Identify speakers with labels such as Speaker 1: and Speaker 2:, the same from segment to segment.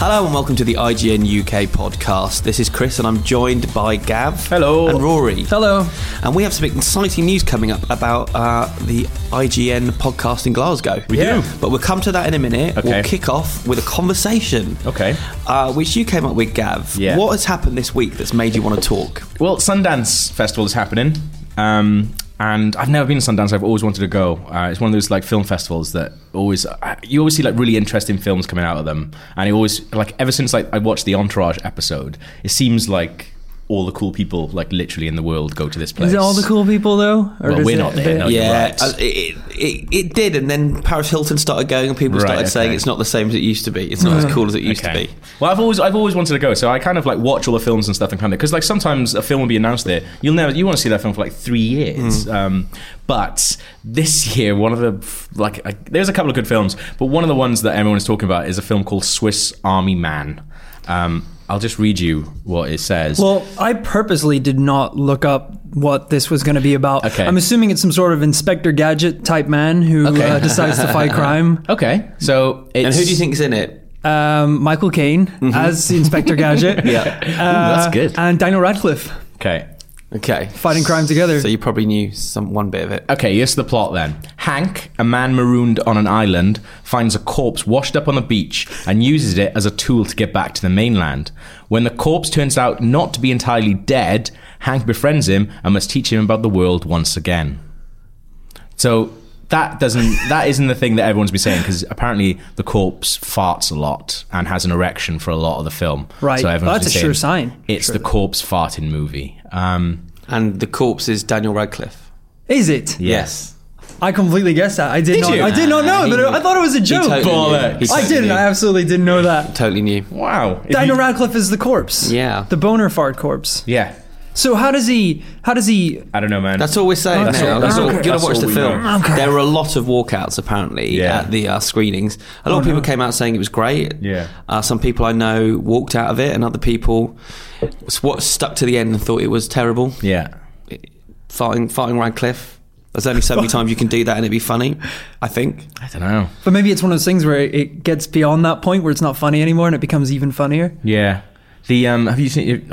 Speaker 1: Hello and welcome to the IGN UK podcast. This is Chris and I'm joined by Gav.
Speaker 2: Hello.
Speaker 1: And Rory.
Speaker 2: Hello.
Speaker 1: And we have some exciting news coming up about uh, the IGN podcast in Glasgow.
Speaker 2: We Yeah. do.
Speaker 1: But we'll come to that in a minute. We'll
Speaker 2: Okay.
Speaker 1: kick off with a conversation.
Speaker 2: Okay.
Speaker 1: Uh, which you came up with, Gav.
Speaker 2: Yeah.
Speaker 1: What has happened this week that's made you want to talk?
Speaker 2: Well, Sundance Festival is happening, um, and I've never been to Sundance. I've always wanted to go. Uh, it's one of those like film festivals that always uh, you always see like really interesting films coming out of them, and it always like ever since like I watched the Entourage episode, it seems like all the cool people like literally in the world go to this place.
Speaker 3: Is it all the cool people though? Or
Speaker 2: Well,
Speaker 3: does
Speaker 2: we're
Speaker 3: it-
Speaker 2: not there,
Speaker 3: they-
Speaker 2: no. Oh, you're
Speaker 1: yeah,
Speaker 2: right.
Speaker 1: uh, it, it, it did, and then Paris Hilton started going, and people
Speaker 2: Right,
Speaker 1: started saying
Speaker 2: okay. Mm.
Speaker 1: it's not the same as it used to be. It's not as cool as it used to be.
Speaker 2: Well, I've always I've always wanted to go, so I kind of like watch all the films and stuff and kind of because like sometimes a film will be announced there, you'll never you want to see that film for like three years.
Speaker 1: Mm.
Speaker 2: Um, but this year, one of the like I, there's a couple of good films, but one of the ones that everyone is talking about is a film called Swiss Army Man. Um, I'll just read you what it says.
Speaker 3: Well, I purposely did not look up what this was going to be about.
Speaker 2: Okay.
Speaker 3: I'm assuming it's some sort of Inspector Gadget type man who
Speaker 2: Okay.
Speaker 3: uh, decides to fight crime.
Speaker 2: okay, so it's,
Speaker 1: And who do you think's in it?
Speaker 3: Um, Michael Caine as Inspector Gadget.
Speaker 1: Yeah.
Speaker 3: Uh,
Speaker 2: Mm-hmm. that's good.
Speaker 3: And Daniel Radcliffe
Speaker 2: Okay,
Speaker 1: Okay.
Speaker 3: fighting crime together.
Speaker 1: So you probably knew some one bit of it.
Speaker 2: Okay, here's the plot then. Hank, a man marooned on an island, finds a corpse washed up on the beach and uses it as a tool to get back to the mainland. When the corpse turns out not to be entirely dead, Hank befriends him and must teach him about the world once again. So that doesn't that isn't the thing that everyone's been saying because apparently the corpse farts a lot and has an erection for a lot of the film.
Speaker 3: Right.
Speaker 2: So
Speaker 3: Well,
Speaker 2: everyone's
Speaker 3: that's
Speaker 2: been
Speaker 3: a sure
Speaker 2: saying,
Speaker 3: sign.
Speaker 2: It's the corpse farting movie. Um,
Speaker 1: And the corpse is Daniel Radcliffe.
Speaker 3: Is it?
Speaker 1: Yes.
Speaker 3: I completely guessed that. I did, not.
Speaker 2: you?
Speaker 3: I did not know.
Speaker 1: Nah,
Speaker 3: that
Speaker 1: he-
Speaker 3: I thought it was a joke.
Speaker 1: totally
Speaker 2: knew.
Speaker 1: Bollocks. He
Speaker 3: I
Speaker 1: totally
Speaker 3: didn't.
Speaker 1: knew.
Speaker 3: I absolutely didn't know that.
Speaker 1: Totally new.
Speaker 2: wow. If
Speaker 3: Daniel
Speaker 2: you-
Speaker 3: Radcliffe is the corpse.
Speaker 1: Yeah.
Speaker 3: The boner fart corpse.
Speaker 2: yeah.
Speaker 3: So how does he? How does he?
Speaker 2: I don't know, man.
Speaker 1: That's all we're saying
Speaker 3: That's
Speaker 1: now.
Speaker 3: all-
Speaker 1: That's
Speaker 3: okay.
Speaker 1: all. You're gonna
Speaker 2: That's
Speaker 1: watch
Speaker 2: all
Speaker 1: the
Speaker 2: we
Speaker 1: film.
Speaker 2: know.
Speaker 1: There were a lot of walkouts apparently
Speaker 2: Yeah.
Speaker 1: at the uh, screenings. A lot
Speaker 3: Uh-huh.
Speaker 1: of people came out saying it was great.
Speaker 2: Yeah.
Speaker 1: Uh, some people I know walked out of it, and other people s- what stuck to the end and thought it was terrible.
Speaker 2: Yeah.
Speaker 1: Farting, farting Radcliffe. There's only so many times you can do that and it'd be funny. I think.
Speaker 2: I don't know.
Speaker 3: But maybe it's one of those things where it gets beyond that point where it's not funny anymore and it becomes even funnier.
Speaker 2: Yeah. The um, have you seen?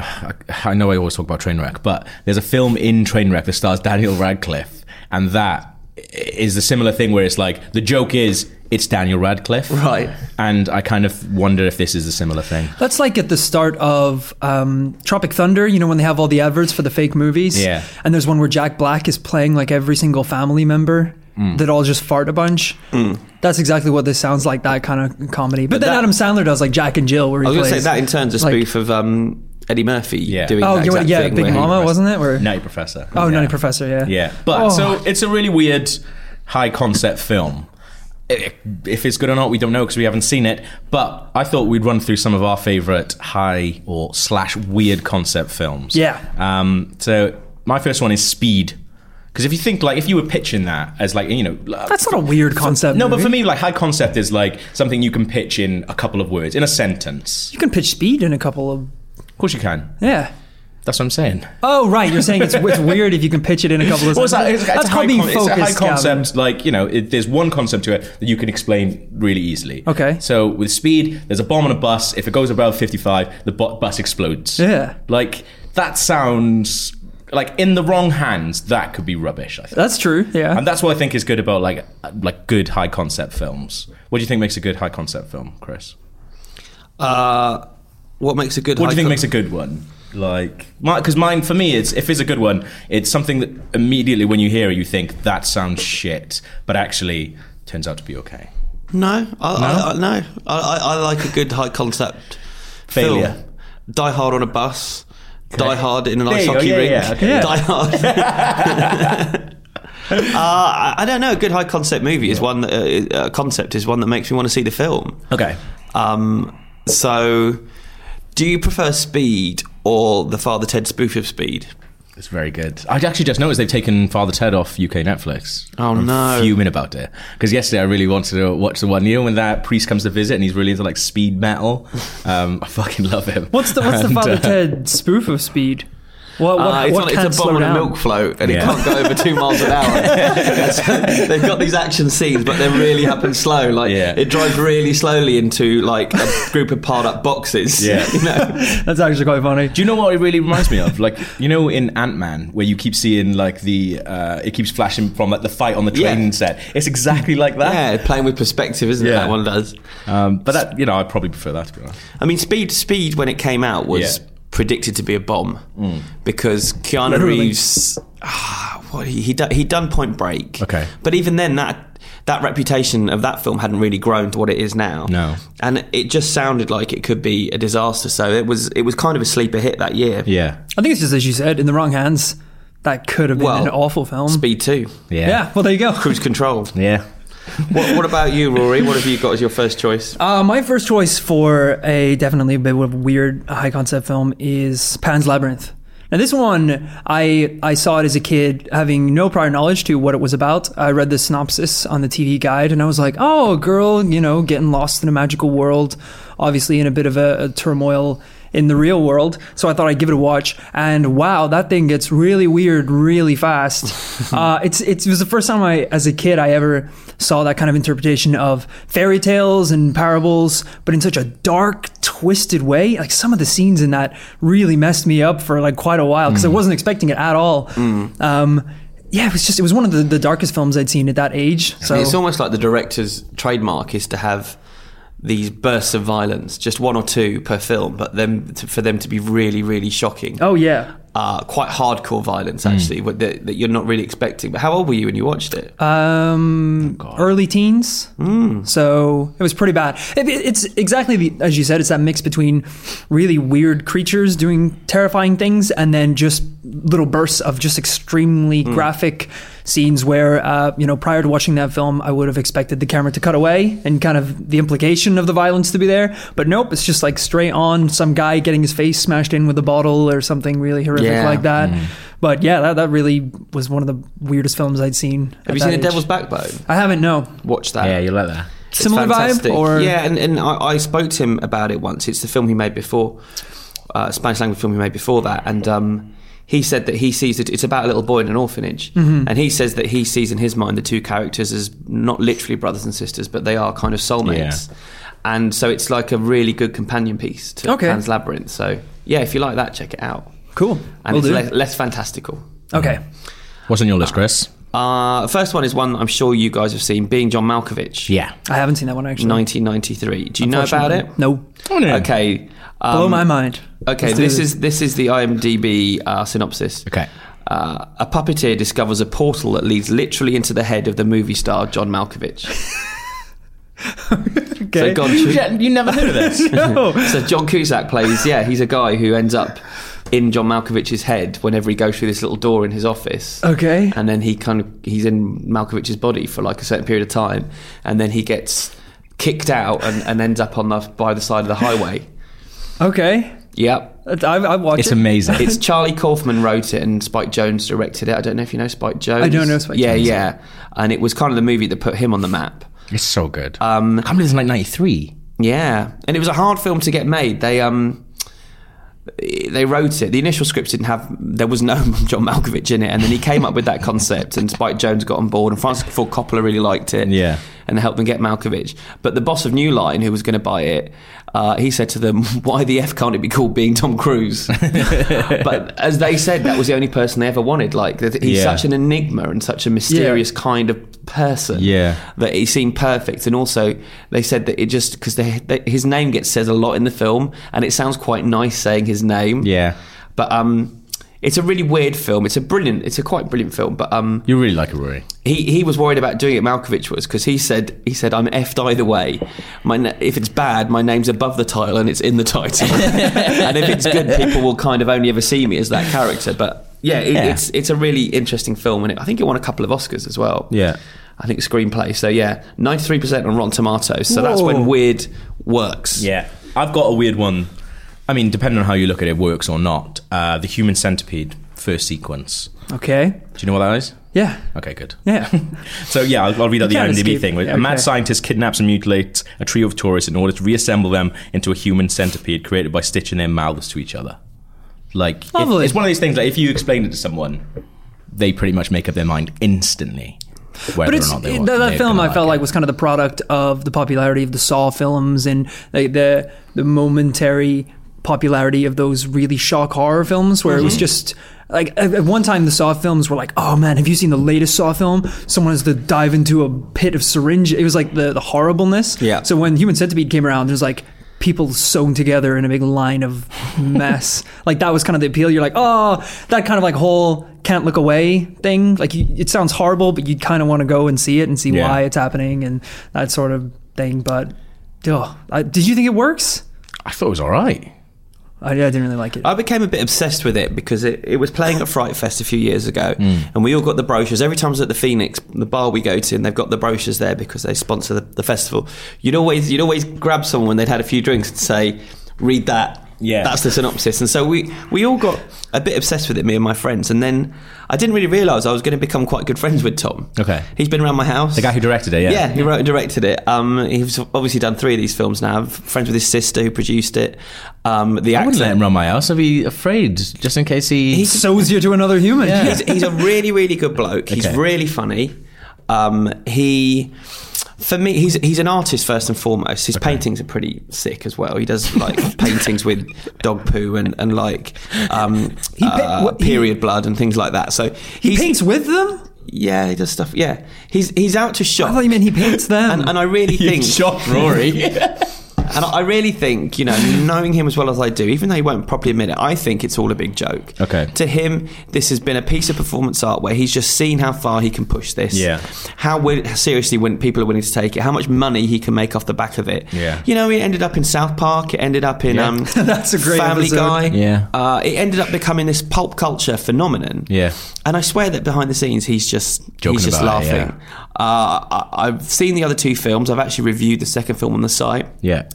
Speaker 2: I know I always talk about Trainwreck, but there's a film in Trainwreck that stars Daniel Radcliffe, and that is the similar thing where it's like the joke is it's Daniel Radcliffe,
Speaker 1: Right.
Speaker 2: And I kind of wonder if this is a similar thing.
Speaker 3: That's like at the start of um, Tropic Thunder, you know, when they have all the adverts for the fake movies.
Speaker 2: Yeah.
Speaker 3: And there's one where Jack Black is playing like every single family member
Speaker 2: Mm.
Speaker 3: that all just fart a bunch. That's exactly what this sounds like, that kind of comedy. But, then
Speaker 1: that-
Speaker 3: Adam Sandler does like Jack and Jill, where he
Speaker 1: I was going to
Speaker 3: plays.
Speaker 1: say that in terms of
Speaker 3: like-
Speaker 1: spoof of um, Eddie Murphy
Speaker 2: Yeah.
Speaker 1: doing
Speaker 3: oh,
Speaker 1: that
Speaker 3: you're right,
Speaker 1: exact
Speaker 3: yeah,
Speaker 1: thing
Speaker 3: Big
Speaker 1: where he-
Speaker 3: Mama, wasn't it? Where,
Speaker 2: Nutty Professor.
Speaker 3: oh,
Speaker 2: yeah.
Speaker 3: Nutty Professor, yeah.
Speaker 2: Yeah, but
Speaker 3: Oh.
Speaker 2: so it's a really weird, high concept film. I- If it's good or not, we don't know because we haven't seen it. But I thought we'd run through some of our favorite high or slash weird concept films.
Speaker 3: Yeah.
Speaker 2: Um. So my first one is Speed, because if you think like if you were pitching that as like you know
Speaker 3: That's not a weird concept.
Speaker 2: no, but
Speaker 3: movie.
Speaker 2: for me like high concept is like something you can pitch in a couple of words in a sentence.
Speaker 3: You can pitch speed in a couple of.
Speaker 2: Of course you can.
Speaker 3: Yeah.
Speaker 2: That's what I'm saying.
Speaker 3: Oh right, you're saying it's, it's weird if you can pitch it in a couple of.
Speaker 2: Well, it's like- it's-
Speaker 3: sentences.
Speaker 2: it's
Speaker 3: That's
Speaker 2: a
Speaker 3: called
Speaker 2: high
Speaker 3: being
Speaker 2: con-
Speaker 3: focused.
Speaker 2: It's a high
Speaker 3: Gavin.
Speaker 2: concept, like you know, it, there's one concept to it that you can explain really easily.
Speaker 3: Okay.
Speaker 2: So with speed, there's a bomb on a bus. If it goes above 55, the bu- bus explodes.
Speaker 3: Yeah.
Speaker 2: Like that sounds like in the wrong hands, that could be rubbish. I think.
Speaker 3: That's true. Yeah.
Speaker 2: and that's what I think is good about like uh, like good high concept films. What do you think makes a good high concept film, Chris?
Speaker 1: Uh, what makes a good?
Speaker 2: What do you think
Speaker 1: high
Speaker 2: makes a good one? Like, because mine for me, it's if it's a good one, it's something that immediately when you hear it, you think that sounds shit, but actually turns out to be okay.
Speaker 1: No, I, I, I, no. I, I, I like a good high concept
Speaker 2: Failure.
Speaker 1: Film. Die Hard on a bus. Die Hard in an ice
Speaker 2: you go,
Speaker 1: hockey
Speaker 2: yeah,
Speaker 1: rink.
Speaker 2: yeah, okay.
Speaker 3: Yeah.
Speaker 1: Die Hard. Uh, I- I don't know. A good high concept movie is one that uh, uh, concept is one that makes me want to see the film.
Speaker 2: Okay.
Speaker 1: Um, so, do you prefer Speed or the Father Ted spoof of Speed?
Speaker 2: It's very good. I actually just noticed they've taken Father Ted off UK Netflix.
Speaker 1: Oh,
Speaker 2: I'm
Speaker 1: no.
Speaker 2: Fuming about it because yesterday I really wanted to watch the one. You know when that priest comes to visit and he's really into like speed metal. Um, I fucking love him.
Speaker 3: what's the What's the
Speaker 2: And,
Speaker 3: Father
Speaker 2: uh,
Speaker 3: Ted spoof of Speed? What- what-
Speaker 1: uh, it's,
Speaker 3: what
Speaker 1: on- it's
Speaker 3: can't
Speaker 1: a
Speaker 3: slow
Speaker 1: bomb on a
Speaker 3: down?
Speaker 1: milk float and
Speaker 2: Yeah.
Speaker 1: it can't go over two miles an hour. That's- they've got these action scenes, but they really happen slow. Like
Speaker 2: Yeah.
Speaker 1: it drives really slowly into like a group of piled up boxes.
Speaker 2: Yeah.
Speaker 1: you know?
Speaker 3: That's actually quite funny.
Speaker 2: Do you know what it really reminds me of? Like you know in Ant Man where you keep seeing like the uh, it keeps flashing from like the fight on the
Speaker 1: Yeah.
Speaker 2: train set. It's exactly like that.
Speaker 1: yeah, playing with perspective, isn't it?
Speaker 2: Yeah.
Speaker 1: That one does.
Speaker 2: Um, but that you know I probably prefer that to be honest.
Speaker 1: I mean, Speed Speed when it came out was
Speaker 2: Yeah. Mm.
Speaker 1: predicted to be a bomb because Keanu
Speaker 3: Literally.
Speaker 1: Reeves, ah, what he he done, he'd done Point Break.
Speaker 2: Okay.
Speaker 1: but even then that that reputation of that film hadn't really grown to what it is now.
Speaker 2: No.
Speaker 1: and it just sounded like it could be a disaster. So it was it was kind of a sleeper hit that year.
Speaker 2: Yeah.
Speaker 3: I think it's just as you said, in the wrong hands, that could have been
Speaker 1: Well,
Speaker 3: an awful film.
Speaker 1: Speed Two,
Speaker 2: Yeah.
Speaker 3: yeah. well, there you go.
Speaker 1: Cruise Control.
Speaker 2: Yeah.
Speaker 1: what, what about you, Rory? What have you got as your first choice?
Speaker 3: Uh, my first choice for a definitely a bit of a weird uh, high concept film is Pan's Labyrinth. Now this one, I I saw it as a kid, having no prior knowledge to what it was about. I read the synopsis on the TV guide, and I was like, "Oh, a girl, you know, getting lost in a magical world, obviously in a bit of a, a turmoil in the real world." So I thought I'd give it a watch, and wow, that thing gets really weird really fast. uh, it's, it's it was the first time I, as a kid, I ever saw that kind of interpretation of fairy tales and parables, but in such a dark, twisted way. Like some of the scenes in that really messed me up for like quite a while because I wasn't expecting it at all. Um, yeah, it was just it was one of the, the darkest films I'd seen at that age. So
Speaker 1: It's almost like the director's trademark is to have these bursts of violence, just one or two per film, but them to, for them to be really, really shocking.
Speaker 3: oh Hmm. yeah,
Speaker 1: Uh, quite hardcore violence, actually, what- that, that you're not really expecting. But how old were you when you watched it?
Speaker 3: Uh,
Speaker 1: Oh,
Speaker 3: um, early teens.
Speaker 1: Mm.
Speaker 3: So it was pretty bad. It, it- it's exactly the, as you said. It's that mix between really weird creatures doing terrifying things, and then just little bursts of just extremely
Speaker 1: Mm.
Speaker 3: graphic scenes where, uh, you know, prior to watching that film, I would have expected the camera to cut away and kind of the implication of the violence to be there. But nope, it's just like straight on some guy getting his face smashed in with a bottle or something really horrific
Speaker 1: Yeah. Mm.
Speaker 3: like that. But yeah, that, that really was one of the weirdest films I'd seen. at
Speaker 1: have you
Speaker 3: that
Speaker 1: seen A
Speaker 3: age.
Speaker 1: Devil's Backbone?
Speaker 3: I haven't. No.
Speaker 1: Watch that.
Speaker 2: Yeah, you like that.
Speaker 1: It's
Speaker 3: Similar
Speaker 1: fantastic.
Speaker 3: vibe, or
Speaker 1: yeah, and, and I, I spoke to him about it once. It's the film he made before, uh, Spanish language film he made before that, and um, he said that he sees it. It's about a little boy in an orphanage,
Speaker 3: Mm-hmm.
Speaker 1: and he says that he sees in his mind the two characters as not literally brothers and sisters, but they are kind of soulmates. And so it's like a really good companion piece to
Speaker 3: Okay.
Speaker 1: Pan's Labyrinth. So yeah, if you like that, check it out.
Speaker 3: cool.
Speaker 1: And
Speaker 3: Will
Speaker 1: it's
Speaker 3: do.
Speaker 1: le- less fantastical.
Speaker 3: okay.
Speaker 2: What's on your list, Chris?
Speaker 1: Uh, first one is one I'm sure you guys have seen, being John Malkovich.
Speaker 2: Yeah.
Speaker 3: I haven't seen that one actually.
Speaker 1: 1993. Do you know about it?
Speaker 3: No.
Speaker 2: Oh, no.
Speaker 1: Okay. Um,
Speaker 3: Hmm. Blow my mind.
Speaker 1: Okay,
Speaker 3: Let's do
Speaker 1: this is this is the IMDb uh, synopsis.
Speaker 2: Okay.
Speaker 1: Uh, a puppeteer discovers a portal that leads literally into the head of the movie star John Malkovich. So,
Speaker 3: okay.
Speaker 1: John, Cu-
Speaker 2: You never heard of this?
Speaker 3: no.
Speaker 1: so John Cusack plays, yeah, he's a guy who ends up in John Malkovich's head whenever he goes through this little door in his office.
Speaker 3: Okay.
Speaker 1: And then he kind of he's in Malkovich's body for like a certain period of time, and then he gets kicked out and, and ends up on the by the side of the highway.
Speaker 3: Okay.
Speaker 1: Yep.
Speaker 3: I've, I've watched
Speaker 2: It's
Speaker 3: it.
Speaker 2: amazing.
Speaker 1: It's Charlie Kaufman wrote it and Spike Jones directed it. I don't know if you know Spike Jones.
Speaker 3: I don't know Spike
Speaker 1: yeah,
Speaker 3: Jonze.
Speaker 1: Yeah, And it was kind of the movie that put him on the map.
Speaker 2: It's so good. Um, I can't believe it's like 93.
Speaker 1: Yeah. And it was a hard film to get made. They um they wrote it. The initial script didn't have there was no John Malkovich in it and then he came up with that concept and Spike Jones got on board and Francis Ford Coppola really liked it.
Speaker 2: Yeah.
Speaker 1: And helped them get Malkovich. But the boss of New Line who was going to buy it, uh, he said to them, "Why the f can't it be called being Tom Cruise?" but as they said, that was the only person they ever wanted. Like that- he's
Speaker 2: Yeah.
Speaker 1: such an enigma and such a mysterious kind of person
Speaker 2: Yeah.
Speaker 1: that he seemed perfect. And also, they said that it just because they, they, his name gets said a lot in the film, and it sounds quite nice saying his name.
Speaker 2: Yeah.
Speaker 1: but um, it's a really weird film. It's a brilliant. It's a quite brilliant film. But um,
Speaker 2: You really like it, Rory.
Speaker 1: he he was worried about doing it. Malkovich was because he said he said I'm effed either way. My na- if it's bad, my name's above the title and it's in the title, and if it's good, people will kind of only ever see me as that character. But yeah, it,
Speaker 2: Yeah.
Speaker 1: it's it's a really interesting film, and it, I think it won a couple of Oscars as well.
Speaker 2: Yeah.
Speaker 1: I think screenplay. So yeah, ninety three percent on Rotten Tomatoes. So that's
Speaker 3: Whoa.
Speaker 1: when weird works.
Speaker 2: Yeah. I've got a weird one. I mean, depending on how you look at it, works or not. Uh, the Human Centipede first sequence.
Speaker 3: Okay.
Speaker 2: Do you know what that is?
Speaker 3: Yeah.
Speaker 2: Okay, good.
Speaker 3: Yeah.
Speaker 2: So yeah, I'll, I'll read out the
Speaker 3: You can't
Speaker 2: IMDb
Speaker 3: escape-
Speaker 2: thing.
Speaker 3: yeah,
Speaker 2: A mad
Speaker 3: okay.
Speaker 2: scientist kidnaps and mutilates a trio of tourists in order to reassemble them into a human centipede created by stitching their mouths to each other. Like, if-
Speaker 3: Lovely.
Speaker 2: it's one of these things that if you explain it to someone, they pretty much make up their mind instantly whether
Speaker 3: But it's
Speaker 2: or not they
Speaker 3: it-
Speaker 2: want
Speaker 3: that, that
Speaker 2: they're
Speaker 3: film.
Speaker 2: gonna
Speaker 3: I felt
Speaker 2: it.
Speaker 3: like was kind of the product of the popularity of the Saw films and like the the momentary popularity of those really shock horror films, where it was just like at at one time the Saw films were like, oh man, have you seen the latest Saw film? Someone has to dive into a pit of syringe. It was like the the horribleness.
Speaker 1: Yeah.
Speaker 3: So when Human Centipede came around, there's like. People sewn together in a big line of mess. like that was kind of the appeal. You're like, oh, that kind of like whole can't look away thing. Like you, it sounds horrible, but you kind of want to go and see it and see
Speaker 2: Yeah.
Speaker 3: why it's happening and that sort of thing. But oh, I, did you think it works?
Speaker 2: I thought it was all right.
Speaker 3: I, I didn't really like it.
Speaker 1: I became a bit obsessed with it because it, it was playing at Fright Fest a few years ago,
Speaker 2: Hmm.
Speaker 1: and we all got the brochures. Every time I was at the Phoenix, the bar we go to, and they've got the brochures there because they sponsor the, the festival. You'd always you'd always grab someone when they'd had a few drinks and say, "Read that."
Speaker 2: Yeah.
Speaker 1: that's the synopsis. And so we we all got a bit obsessed with it, me and my friends. And then I didn't really realise I was going to become quite good friends with Tom.
Speaker 2: Okay.
Speaker 1: he's been around my house.
Speaker 2: The guy who directed it, yeah.
Speaker 1: Yeah, he wrote and directed it. Um, he's obviously done three of these films now. I'm friends with his sister who produced it. Um, the
Speaker 2: I wouldn't
Speaker 1: actor-
Speaker 2: let him run my house. I'd be afraid just in case he.
Speaker 1: He's-
Speaker 3: Sows you to another human.
Speaker 1: he's, he's a really, really good bloke. He's
Speaker 2: Okay.
Speaker 1: really funny. Um, he, for me, he's he's an artist first and foremost. His paintings are pretty sick as well. He does like paintings with dog poo and and like um,
Speaker 3: He
Speaker 1: uh,
Speaker 3: pa- what- he-
Speaker 1: period blood and things like that. So
Speaker 3: he
Speaker 1: he's-
Speaker 3: paints with them.
Speaker 1: Yeah, he does stuff. Yeah, he's he's out to shop.
Speaker 3: I thought you meant he paints them.
Speaker 1: and, and I really
Speaker 2: You
Speaker 1: think
Speaker 2: shot Rory.
Speaker 1: And I I really think, you know, knowing him as well as I do, even though he won't properly admit it, I think it's all a big joke.
Speaker 2: Okay.
Speaker 1: To him, this has been a piece of performance art where he's just seen how far he can push this.
Speaker 2: Yeah.
Speaker 1: How, will, how seriously when people are willing to take it, how much money he can make off the back of it.
Speaker 2: Yeah.
Speaker 1: You know, it ended up in South Park. It ended up in
Speaker 2: Yeah.
Speaker 1: um,
Speaker 3: That's a great
Speaker 1: Family
Speaker 3: episode.
Speaker 1: Guy.
Speaker 2: Yeah.
Speaker 1: Uh, it ended up becoming this pulp culture phenomenon.
Speaker 2: Yeah.
Speaker 1: And I swear that behind the scenes, he's just
Speaker 2: Joking
Speaker 1: he's just
Speaker 2: about it,
Speaker 1: laughing. uh, I, I've seen the other two films. I've actually reviewed the second film on the site.
Speaker 2: yeah.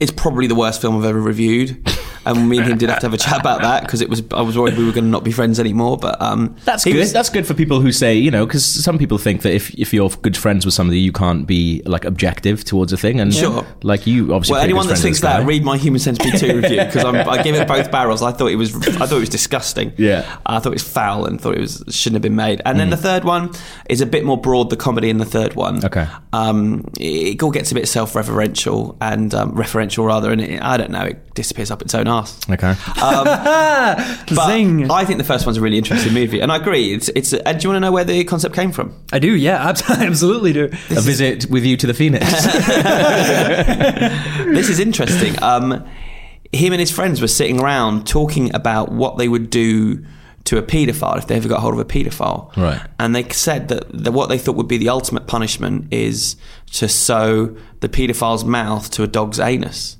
Speaker 1: It's probably the worst film I've ever reviewed. And me and him did have to have a chat about that because it was I was worried we were going to not be friends anymore. But um,
Speaker 2: That's
Speaker 1: he
Speaker 2: good.
Speaker 1: was-
Speaker 2: That's good for people who say, you know, because some people think that if, if you're good friends with somebody, you can't be like objective towards a thing. And
Speaker 1: Sure.
Speaker 2: like you, obviously.
Speaker 1: well,
Speaker 2: pretty
Speaker 1: anyone
Speaker 2: good
Speaker 1: that
Speaker 2: friends with
Speaker 1: thinks
Speaker 2: this
Speaker 1: that,
Speaker 2: guy.
Speaker 1: read my Human Centipede two review because I give it both barrels. I thought it was I thought it was disgusting.
Speaker 2: Yeah. Mm.
Speaker 1: I thought it was foul and thought it was shouldn't have been made. And then the third one is a bit more broad. The comedy in the third one,
Speaker 2: Okay.
Speaker 1: um, it, it all gets a bit self-referential and um, referential rather, and it, I don't know, it disappears up its own arse. Um,
Speaker 2: Okay.
Speaker 3: um,
Speaker 1: But
Speaker 3: Zing.
Speaker 1: I think the first one's a really interesting movie, and I agree. It's it's. And do you want to know where the concept came from?
Speaker 3: I do, yeah, abs- I absolutely do.
Speaker 2: a visit with you to the Phoenix.
Speaker 1: this is interesting. Um, him and his friends were sitting around talking about what they would do to a paedophile if they ever got hold of a paedophile.
Speaker 2: Right.
Speaker 1: And they said that, that what they thought would be the ultimate punishment is to sew the paedophile's mouth to a dog's anus.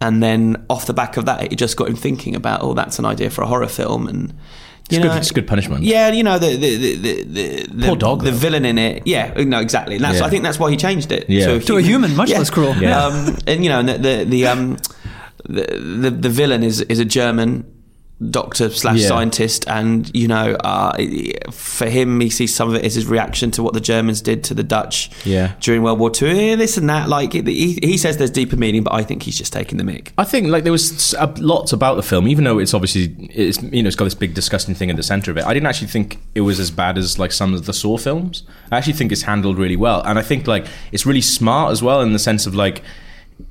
Speaker 1: And then off the back of that, it just got him thinking about, oh, that's an idea for a horror film. And you
Speaker 2: It's good-
Speaker 1: know,
Speaker 2: it's good punishment.
Speaker 1: Yeah, you know the the the the, the, the,
Speaker 2: Poor dog,
Speaker 1: the
Speaker 2: though.
Speaker 1: villain in it. Yeah, no, exactly. And that's,
Speaker 2: Yeah.
Speaker 1: I think that's why he changed it
Speaker 2: Yeah.
Speaker 3: To a human, much less cruel.
Speaker 2: Yeah.
Speaker 1: um, and you know, and the the the, um, the, the the villain is is a German doctor slash
Speaker 2: Yeah.
Speaker 1: scientist, and you know, uh, for him, he sees some of it as his reaction to what the Germans did to the Dutch
Speaker 2: Yeah.
Speaker 1: during World War Two, eh, this and that. Like he, he says, there's deeper meaning, but I think he's just taking the mick.
Speaker 2: I think like there was s- a- lots about the film, even though it's obviously it's you know it's got this big disgusting thing at the center of it. I didn't actually think it was as bad as like some of the Saw films. I actually think it's handled really well, and I think like it's really smart as well in the sense of like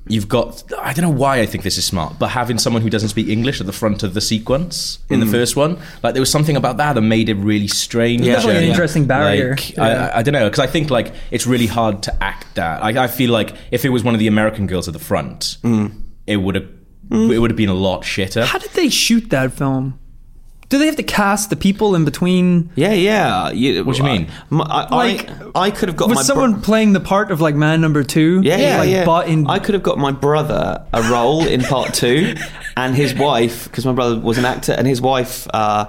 Speaker 2: you've got I don't know why I think this is smart, but having someone who doesn't speak English at the front of the sequence in
Speaker 3: Mm.
Speaker 2: the first one, like there was something about that that made it really strange.
Speaker 1: Yeah. Definitely
Speaker 3: an
Speaker 2: Yeah.
Speaker 3: interesting barrier.
Speaker 2: Like, I-
Speaker 3: Yeah.
Speaker 2: I, I don't know because I think like it's really hard to act that. I, I feel like if it was one of the American girls at the front, it would have it would have been a lot shitter.
Speaker 3: How did they shoot that film? Do they have to cast the people in between?
Speaker 1: Yeah, yeah.
Speaker 2: What do you mean?
Speaker 1: I, I,
Speaker 3: Like,
Speaker 1: I, I could have got
Speaker 3: Was
Speaker 1: my bro-
Speaker 3: someone playing the part of like man number two?
Speaker 1: Yeah, yeah,
Speaker 3: like
Speaker 1: yeah.
Speaker 3: Bought in
Speaker 1: I could have got my brother a role in part two, and his wife, because my brother was an actor, and his wife uh,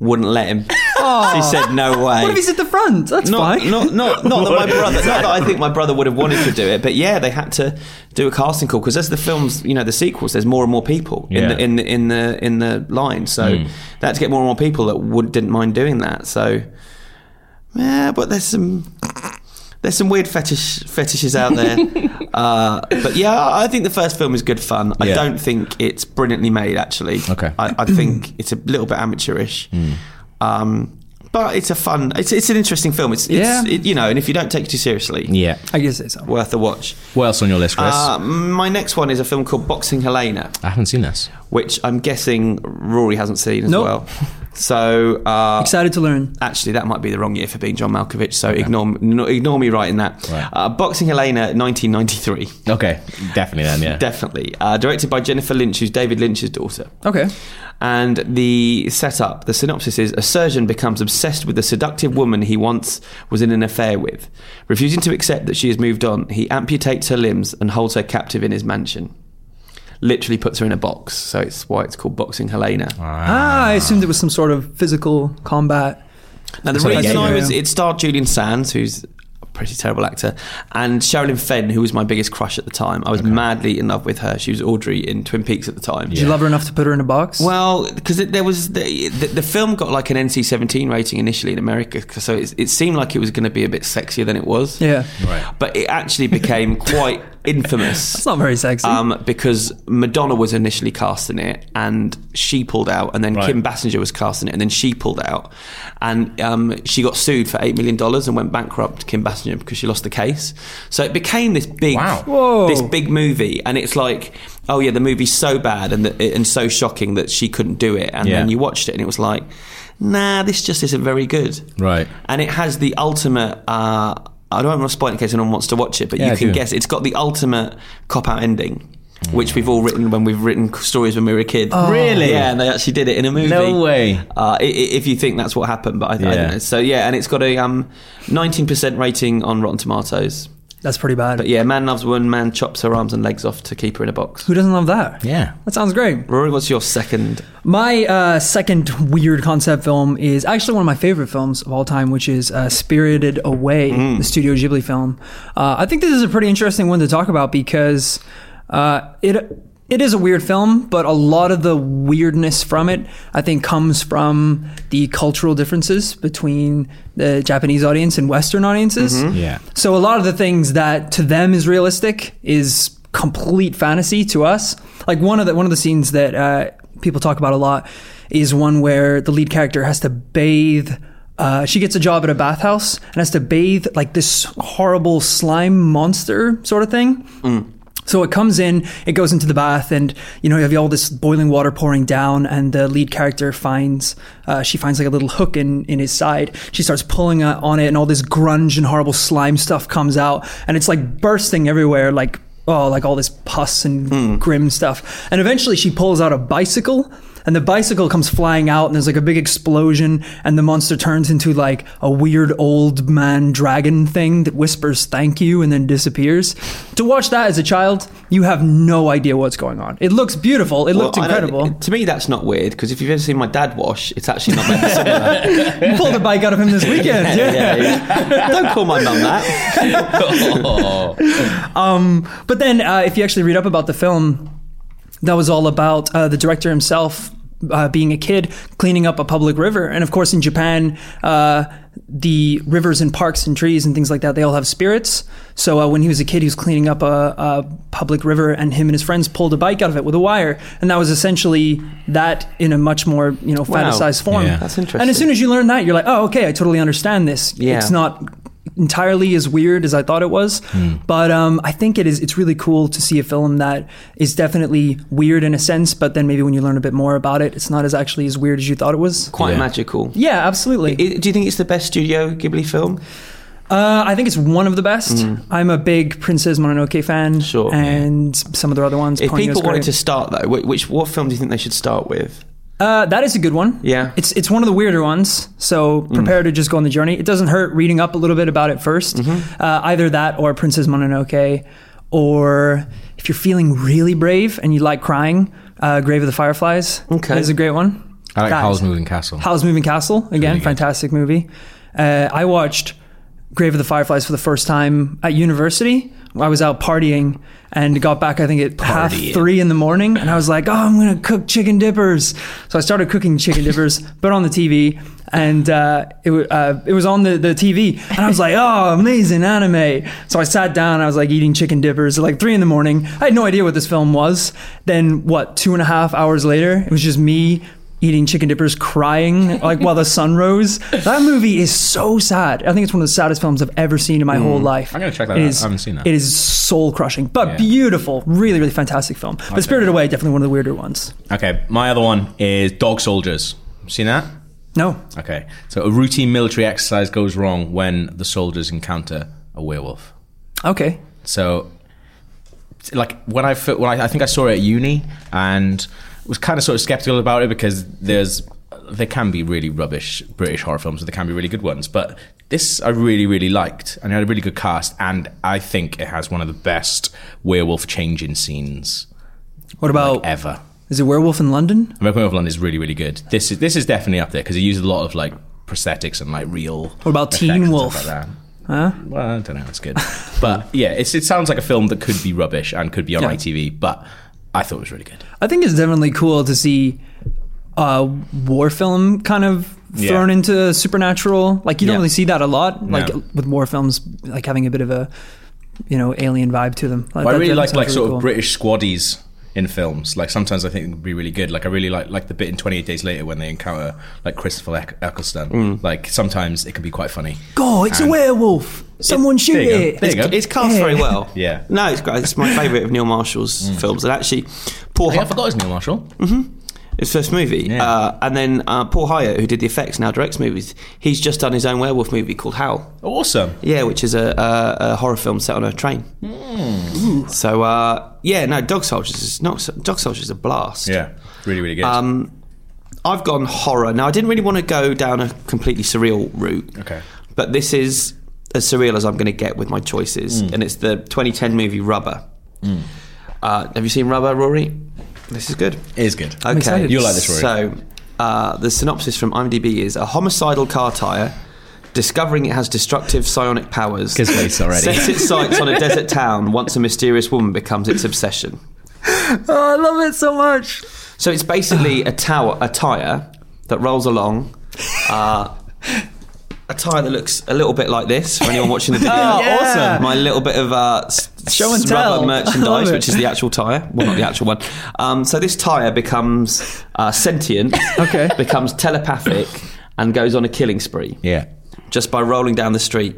Speaker 1: wouldn't let him. She said, "No way."
Speaker 3: Oh. What if he's at the front? That's
Speaker 1: not,
Speaker 3: fine.
Speaker 1: not, not, not that my brother. Not that I think my brother would have wanted to do it, but yeah, they had to do a casting call because as the films, you know, the sequels, there's more and more people in,
Speaker 2: Yeah. Hmm.
Speaker 1: the, in the in the in the line. So they had to get more and more people that would didn't mind doing that. So yeah, but there's some. there's some weird fetish fetishes out there. uh, but yeah, I I think the first film is good fun. I
Speaker 2: Yeah.
Speaker 1: don't think it's brilliantly made, actually.
Speaker 2: Okay. Hmm.
Speaker 1: I, I think it's a little bit amateurish. Um, but it's a fun. It's it's an interesting film. It's, it's
Speaker 3: Yeah.
Speaker 1: it, you know, and if you don't take it too seriously,
Speaker 2: Yeah.
Speaker 3: I guess it's so.
Speaker 1: worth a watch.
Speaker 2: What else on your list, Chris?
Speaker 1: Uh, my next one is a film called Boxing Helena,
Speaker 2: Ah. I haven't seen this.
Speaker 1: which I'm guessing Rory hasn't seen as
Speaker 3: Nope.
Speaker 1: well. So uh,
Speaker 3: Excited to learn.
Speaker 1: actually, that might be the wrong year for being John Malkovich. So ignore no, ignore me writing that.
Speaker 2: Right.
Speaker 1: Uh, Boxing Helena, 1993,
Speaker 2: Okay, definitely then. Um, Yeah.
Speaker 1: definitely uh, directed by Jennifer Lynch, who's David Lynch's daughter.
Speaker 3: Okay.
Speaker 1: And the setup, the synopsis is a surgeon becomes obsessed with the seductive woman he once was in an affair with. Refusing to accept that she has moved on, he amputates her limbs and holds her captive in his mansion. Literally puts her in a box, so it's why it's called Boxing Helena.
Speaker 3: Ah, I assumed it was some sort of physical combat.
Speaker 1: Now, the
Speaker 2: So they
Speaker 1: reason
Speaker 2: gave
Speaker 1: I
Speaker 2: her-
Speaker 1: was, it starred Julian Sands, who's a pretty terrible actor, and Sherilyn Fenn, who was my biggest crush at the time. I was madly in love with her. She was Audrey in Twin Peaks at the time.
Speaker 3: Did you love her enough to put her in a box?
Speaker 1: Well, because there was the, the the film got like an NC-17 rating initially in America, 'cause- so it, it seemed like it was going to be a bit sexier than it was.
Speaker 3: yeah.
Speaker 2: Right.
Speaker 1: But it actually became quite infamous.
Speaker 3: It's not very sexy.
Speaker 1: Um, because Madonna was initially cast in it, and she pulled out, and then
Speaker 2: Right.
Speaker 1: Kim Bassinger was cast in it, and then she pulled out, and um, she got sued for eight million dollars and went bankrupt, Kim Bassinger, because she lost the case. So it became this big,
Speaker 2: Wow.
Speaker 3: Whoa.
Speaker 1: this big movie, and it's like, oh yeah, the movie's so bad and that and so shocking that she couldn't do it, and
Speaker 2: Yeah.
Speaker 1: then you watched it, and it was like, nah, this just isn't very good,
Speaker 2: Right.
Speaker 1: and it has the ultimate. Uh, I don't want to spoil it in case anyone wants to watch it, but
Speaker 2: Yeah,
Speaker 1: you
Speaker 2: I
Speaker 1: can
Speaker 2: do.
Speaker 1: guess it's got the ultimate cop out ending, which we've all written when we've written stories when we were a kid.
Speaker 2: Really?
Speaker 1: Yeah, and they actually did it in a movie.
Speaker 2: No way.
Speaker 1: Uh, i- i- if you think that's what happened, but I, I
Speaker 2: Yeah.
Speaker 1: don't know. So yeah, and it's got a um, 19% rating on Rotten Tomatoes.
Speaker 3: That's pretty bad.
Speaker 1: But yeah, man loves woman, man chops her arms and legs off to keep her in a box.
Speaker 3: Who doesn't love that?
Speaker 2: Yeah.
Speaker 3: That sounds great.
Speaker 1: Rory, what's your second?
Speaker 3: My uh, second weird concept film is actually one of my favorite films of all time, which is uh, Spirited Away, the Studio Ghibli film. Uh, I think this is a pretty interesting one to talk about because uh, it it is a weird film, but a lot of the weirdness from it, I think, comes from the cultural differences between the Japanese audience and Western audiences.
Speaker 2: Yeah.
Speaker 3: So a lot of the things that to them is realistic is complete fantasy to us. Like one of the one of the scenes that uh, people talk about a lot is one where the lead character has to bathe. Uh, she gets a job at a bathhouse and has to bathe like this horrible slime monster sort of thing. So it comes in, it goes into the bath, and you know you have all this boiling water pouring down, and the lead character finds uh, she finds like a little hook in in his side. She starts pulling uh, on it, and all this grunge and horrible slime stuff comes out, and it's like bursting everywhere, like oh, like all this pus and grim stuff. And eventually she pulls out a bicycle. And the bicycle comes flying out, and there's like a big explosion, and the monster turns into like a weird old man dragon thing that whispers thank you and then disappears. To watch that as a child, you have no idea what's going on. It looks beautiful, it looked
Speaker 1: Well, I don't-
Speaker 3: incredible.
Speaker 1: To me, that's not weird because if you've ever seen my dad wash, it's actually not that similar.
Speaker 3: Pulled a bike out of him this weekend.
Speaker 1: yeah,
Speaker 3: yeah.
Speaker 1: yeah. Don't call my mum that.
Speaker 3: Um, but then, uh, if you actually read up about the film, that was all about uh, the director himself uh, being a kid cleaning up a public river. And of course, in Japan, uh, the rivers and parks and trees and things like that, they all have spirits. So uh, when he was a kid, he was cleaning up a, a public river, and him and his friends pulled a bike out of it with a wire, and that was essentially that in a much more you know
Speaker 1: Wow.
Speaker 3: fantasized form.
Speaker 2: Yeah.
Speaker 1: That's
Speaker 3: And
Speaker 1: interesting.
Speaker 3: as soon as you learn that, you're like, oh, okay, I totally understand this.
Speaker 1: Yeah.
Speaker 3: It's not entirely as weird as I thought it was,
Speaker 1: Hmm.
Speaker 3: but um, I think it is. It's really cool to see a film that is definitely weird in a sense, but then maybe when you learn a bit more about it, it's not as actually as weird as you thought it was.
Speaker 1: quite
Speaker 2: Yeah.
Speaker 1: magical.
Speaker 3: Yeah, absolutely.
Speaker 1: I- do you think it's the best Studio Ghibli film?
Speaker 3: uh, I think it's one of the best. I'm a big Princess Mononoke fan,
Speaker 1: Hmm. Sure.
Speaker 3: and some of their other ones.
Speaker 1: If
Speaker 3: Ponyo's
Speaker 1: people wanted
Speaker 3: great.
Speaker 1: to start though, wh- which what film do you think they should start with?
Speaker 3: Uh, that is a good one.
Speaker 1: Yeah.
Speaker 3: It's it's one of the weirder ones, so
Speaker 2: Mm.
Speaker 3: prepare to just go on the journey. It doesn't hurt reading up a little bit about it 1st
Speaker 2: Mm-hmm.
Speaker 3: Uh, either that or Princess Mononoke, or if you're feeling really brave and you like crying, uh, Grave of the Fireflies
Speaker 1: Okay.
Speaker 3: is a great one.
Speaker 2: I like
Speaker 3: That
Speaker 2: Howl's
Speaker 3: is-
Speaker 2: Moving Castle.
Speaker 3: Howl's Moving Castle, again,
Speaker 2: really good.
Speaker 3: fantastic movie. Uh, I watched Grave of the Fireflies for the first time at university I was out partying and got back I think at half
Speaker 2: Partying.
Speaker 3: three in the morning and I was like, oh, I'm gonna cook chicken dippers. So I started cooking chicken dippers, but on the TV. And uh, it, wa- uh, it was on the, the TV, and I was like, "Oh, amazing anime!" So I sat down. I was like eating chicken dippers at like three in the morning. I had no idea what this film was. Then what? Two and a half hours later, it was just me eating chicken dippers, crying like while the sun rose. That movie is so sad. I think it's one of the saddest films I've ever seen in my whole life.
Speaker 2: Hmm. I'm gonna check that
Speaker 3: It
Speaker 2: out.
Speaker 3: is-
Speaker 2: I haven't seen that.
Speaker 3: It is soul crushing, but
Speaker 2: Yeah.
Speaker 3: beautiful, really, really fantastic film. But Spirited Away, definitely one of the weirder ones.
Speaker 2: Okay, my other one is Dog Soldiers. Seen that?
Speaker 3: No,
Speaker 2: Okay, so a routine military exercise goes wrong when the soldiers encounter a werewolf.
Speaker 3: okay,
Speaker 2: So, t- like when I fi- when I, I think I saw it at uni and was kind of sort of skeptical about it because there's there can be really rubbish British horror films, but there can be really good ones. But this I really really liked, and it had a really good cast, and I think it has one of the best werewolf changing scenes
Speaker 3: what about?
Speaker 2: ever.
Speaker 3: is it Werewolf in London?
Speaker 2: American Werewolf in London is really really good. This is this is definitely up there because it uses a lot of like prosthetics and like real.
Speaker 3: What about
Speaker 2: effects
Speaker 3: Teen
Speaker 2: and stuff
Speaker 3: Wolf?
Speaker 2: Like that. Well, I don't know. It's good, but yeah, it's, it sounds like a film that could be rubbish and could be on
Speaker 3: Yeah.
Speaker 2: ITV. But I thought it was really good.
Speaker 3: I think it's definitely cool to see a war film kind of
Speaker 2: Yeah.
Speaker 3: thrown into supernatural. Like you don't
Speaker 2: Yeah.
Speaker 3: really see that a lot. Like
Speaker 2: No.
Speaker 3: with war films, like having a bit of a you know alien vibe to them. Like,
Speaker 2: But I
Speaker 3: that
Speaker 2: really
Speaker 3: definitely
Speaker 2: like
Speaker 3: sounds
Speaker 2: like sort
Speaker 3: really
Speaker 2: of
Speaker 3: cool.
Speaker 2: British squaddies in films. Like sometimes I think it would be really good. Like I really like like the bit in Twenty Eight Days Later when they encounter like Christopher Eck- Eccleston.
Speaker 1: Mm.
Speaker 2: Like sometimes it can be quite funny.
Speaker 3: Oh, it's a
Speaker 2: and-
Speaker 3: werewolf! Someone shoot
Speaker 2: There you go.
Speaker 3: it!
Speaker 2: There you go.
Speaker 1: It's cast very well.
Speaker 2: Yeah. Mm.
Speaker 1: No, it's great. It's my favourite of Neil Marshall's films. And actually, Paul
Speaker 2: Hey, I
Speaker 1: Hy-
Speaker 2: forgot his Neil Marshall.
Speaker 1: his first movie.
Speaker 2: Yeah.
Speaker 1: Uh, and then uh, Paul Hyatt, who did the effects, now directs movies. He's just done his own werewolf movie called Howl.
Speaker 2: Oh, Awesome.
Speaker 1: Yeah, which is a, a, a horror film set on a train.
Speaker 2: Hmm.
Speaker 1: So uh, yeah, no, Dog Soldiers is not Dog Soldiers is a blast.
Speaker 2: Yeah, really really good.
Speaker 1: Um, I've gone horror. Now I didn't really want to go down a completely surreal route.
Speaker 2: Okay.
Speaker 1: But this is as surreal as I'm going to get with my choices,
Speaker 2: Mm.
Speaker 1: and it's the 2010 movie Rubber. Uh, have you seen Rubber, Rory? This is good.
Speaker 2: it is good.
Speaker 1: Okay.
Speaker 3: excited.
Speaker 2: You'll like this, Rory.
Speaker 1: So, uh, the synopsis from IMDb is a homicidal car tire discovering it has destructive psionic powers.
Speaker 2: Kiss face already.
Speaker 1: Sets its sights on a desert town once a mysterious woman becomes its obsession.
Speaker 3: Oh, I love it so much.
Speaker 1: So it's basically a tower, a tire that rolls along. Uh, a tire that looks a little bit like this for anyone watching the video.
Speaker 3: Oh, Yeah. awesome.
Speaker 1: My little bit of uh, s-
Speaker 3: Show and
Speaker 1: s- rubber
Speaker 3: tell. I love
Speaker 1: merchandise,
Speaker 3: it.
Speaker 1: which is the actual tire. Well, not the actual one. Um, so this tire becomes uh, sentient,
Speaker 3: Okay.
Speaker 1: becomes telepathic, and goes on a killing spree
Speaker 2: Yeah.
Speaker 1: just by rolling down the street,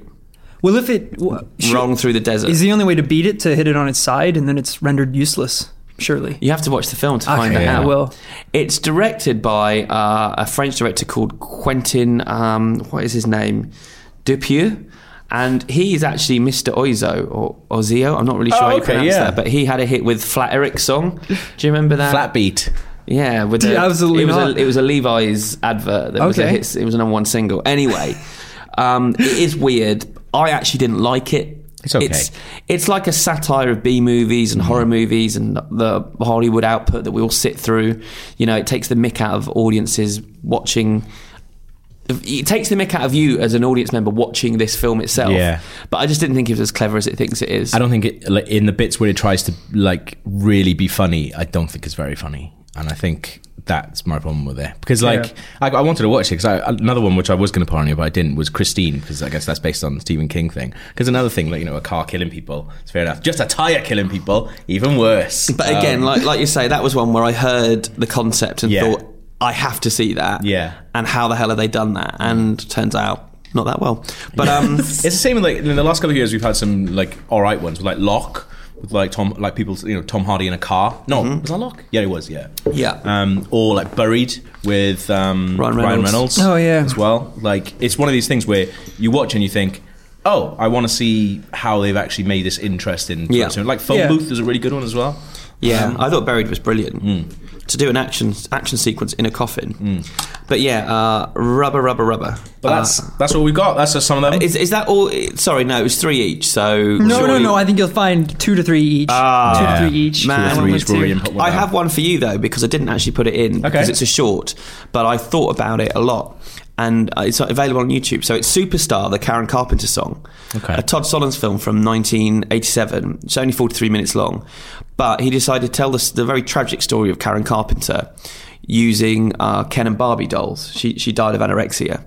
Speaker 3: Well, if it w- sh-
Speaker 1: wrong through the desert.
Speaker 3: is the only way to beat it to hit it on its side, and then it's rendered useless. Surely.
Speaker 1: You have to watch the film to find that
Speaker 3: Okay,
Speaker 2: yeah.
Speaker 1: out.
Speaker 3: I will.
Speaker 1: It's directed by uh, a French director called Quentin. Um, what is his name? Dupieux. And he is actually Mr. Oizo or Ozio. I'm not really sure how you
Speaker 2: Oh, okay,
Speaker 1: pronounce
Speaker 2: yeah.
Speaker 1: that, but he had a hit with Flat Eric song. Do you remember that?
Speaker 2: Flat beat.
Speaker 1: Yeah, with
Speaker 3: Dude,
Speaker 1: the,
Speaker 3: absolutely
Speaker 1: it was
Speaker 3: not.
Speaker 1: A, it was a Levi's advert that was a
Speaker 3: Okay.
Speaker 1: hit, it was an number one single. Anyway, um, it is weird. I actually didn't like it.
Speaker 2: It's okay.
Speaker 1: It's, it's like a satire of B movies and horror movies and the Hollywood output that we all sit through. You know, it takes the mick out of audiences watching. It takes the mick out of you as an audience member watching this film itself.
Speaker 2: Yeah.
Speaker 1: But I just didn't think it was as clever as it thinks it is.
Speaker 2: I don't think it like, in the bits where it tries to like really be funny. I don't think it's very funny, and I think that's my problem with it because like
Speaker 3: Yeah.
Speaker 2: I, I wanted to watch it because another one which I was going to put on here but I didn't was Christine because I guess that's based on the Stephen King thing. Because another thing like you know a car killing people, it's fair enough. Just a tire killing people, even worse.
Speaker 1: But again,
Speaker 2: Um,
Speaker 1: like like you say, that was one where I heard the concept and
Speaker 2: Yeah.
Speaker 1: thought, I have to see that.
Speaker 2: Yeah.
Speaker 1: And how the hell have they done that? And turns out, not that well. But um,
Speaker 2: it's the same with like in the last couple of years we've had some like all right ones with like Locke. With like Tom, like people, you know, Tom Hardy in a car. No, was that Locke? Yeah, it was. Yeah,
Speaker 1: yeah,
Speaker 2: um, or like Buried with um,
Speaker 1: Ryan
Speaker 2: Ryan,
Speaker 1: Reynolds.
Speaker 2: Reynolds.
Speaker 3: Oh, yeah.
Speaker 2: as well. Like it's one of these things where you watch and you think, oh, I want to see how they've actually made this interesting.
Speaker 1: Yeah.
Speaker 2: So, like Phone
Speaker 3: Yeah.
Speaker 2: Booth is a really good one as well.
Speaker 1: yeah. I thought Buried was brilliant
Speaker 2: Hmm.
Speaker 1: to do an action action sequence in a coffin. But yeah, uh, rubber, rubber, rubber. Uh,
Speaker 2: But that's that's all we've got. That's just some of them.
Speaker 1: is is that all? Sorry, no, it was three each. So
Speaker 3: No, no, no. I think you'll find two to three each. two
Speaker 2: Yeah.
Speaker 3: to three each.
Speaker 1: Man.
Speaker 3: One
Speaker 2: Uh, Three
Speaker 3: to
Speaker 2: is Rory and Pop-
Speaker 1: I have one for you though because I didn't actually put it in because it's a short, but I thought about it a lot. and uh, it's available on YouTube. So it's Superstar, the Karen Carpenter song,
Speaker 2: Okay.
Speaker 1: a Todd Solondz film from 1987. It's only 43 minutes long, but he decided to tell the, the very tragic story of Karen Carpenter using uh, Ken and Barbie dolls. She she died of anorexia.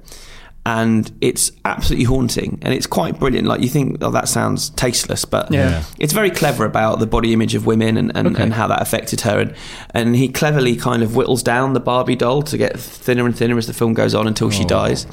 Speaker 1: And it's absolutely haunting, and it's quite brilliant. Like you think, oh, that sounds tasteless, but
Speaker 3: Yeah. Yeah.
Speaker 1: it's very clever about the body image of women and, and, and how that affected her. And, and he cleverly kind of whittles down the Barbie doll to get thinner and thinner as the film goes on until
Speaker 2: Oh.
Speaker 1: she dies.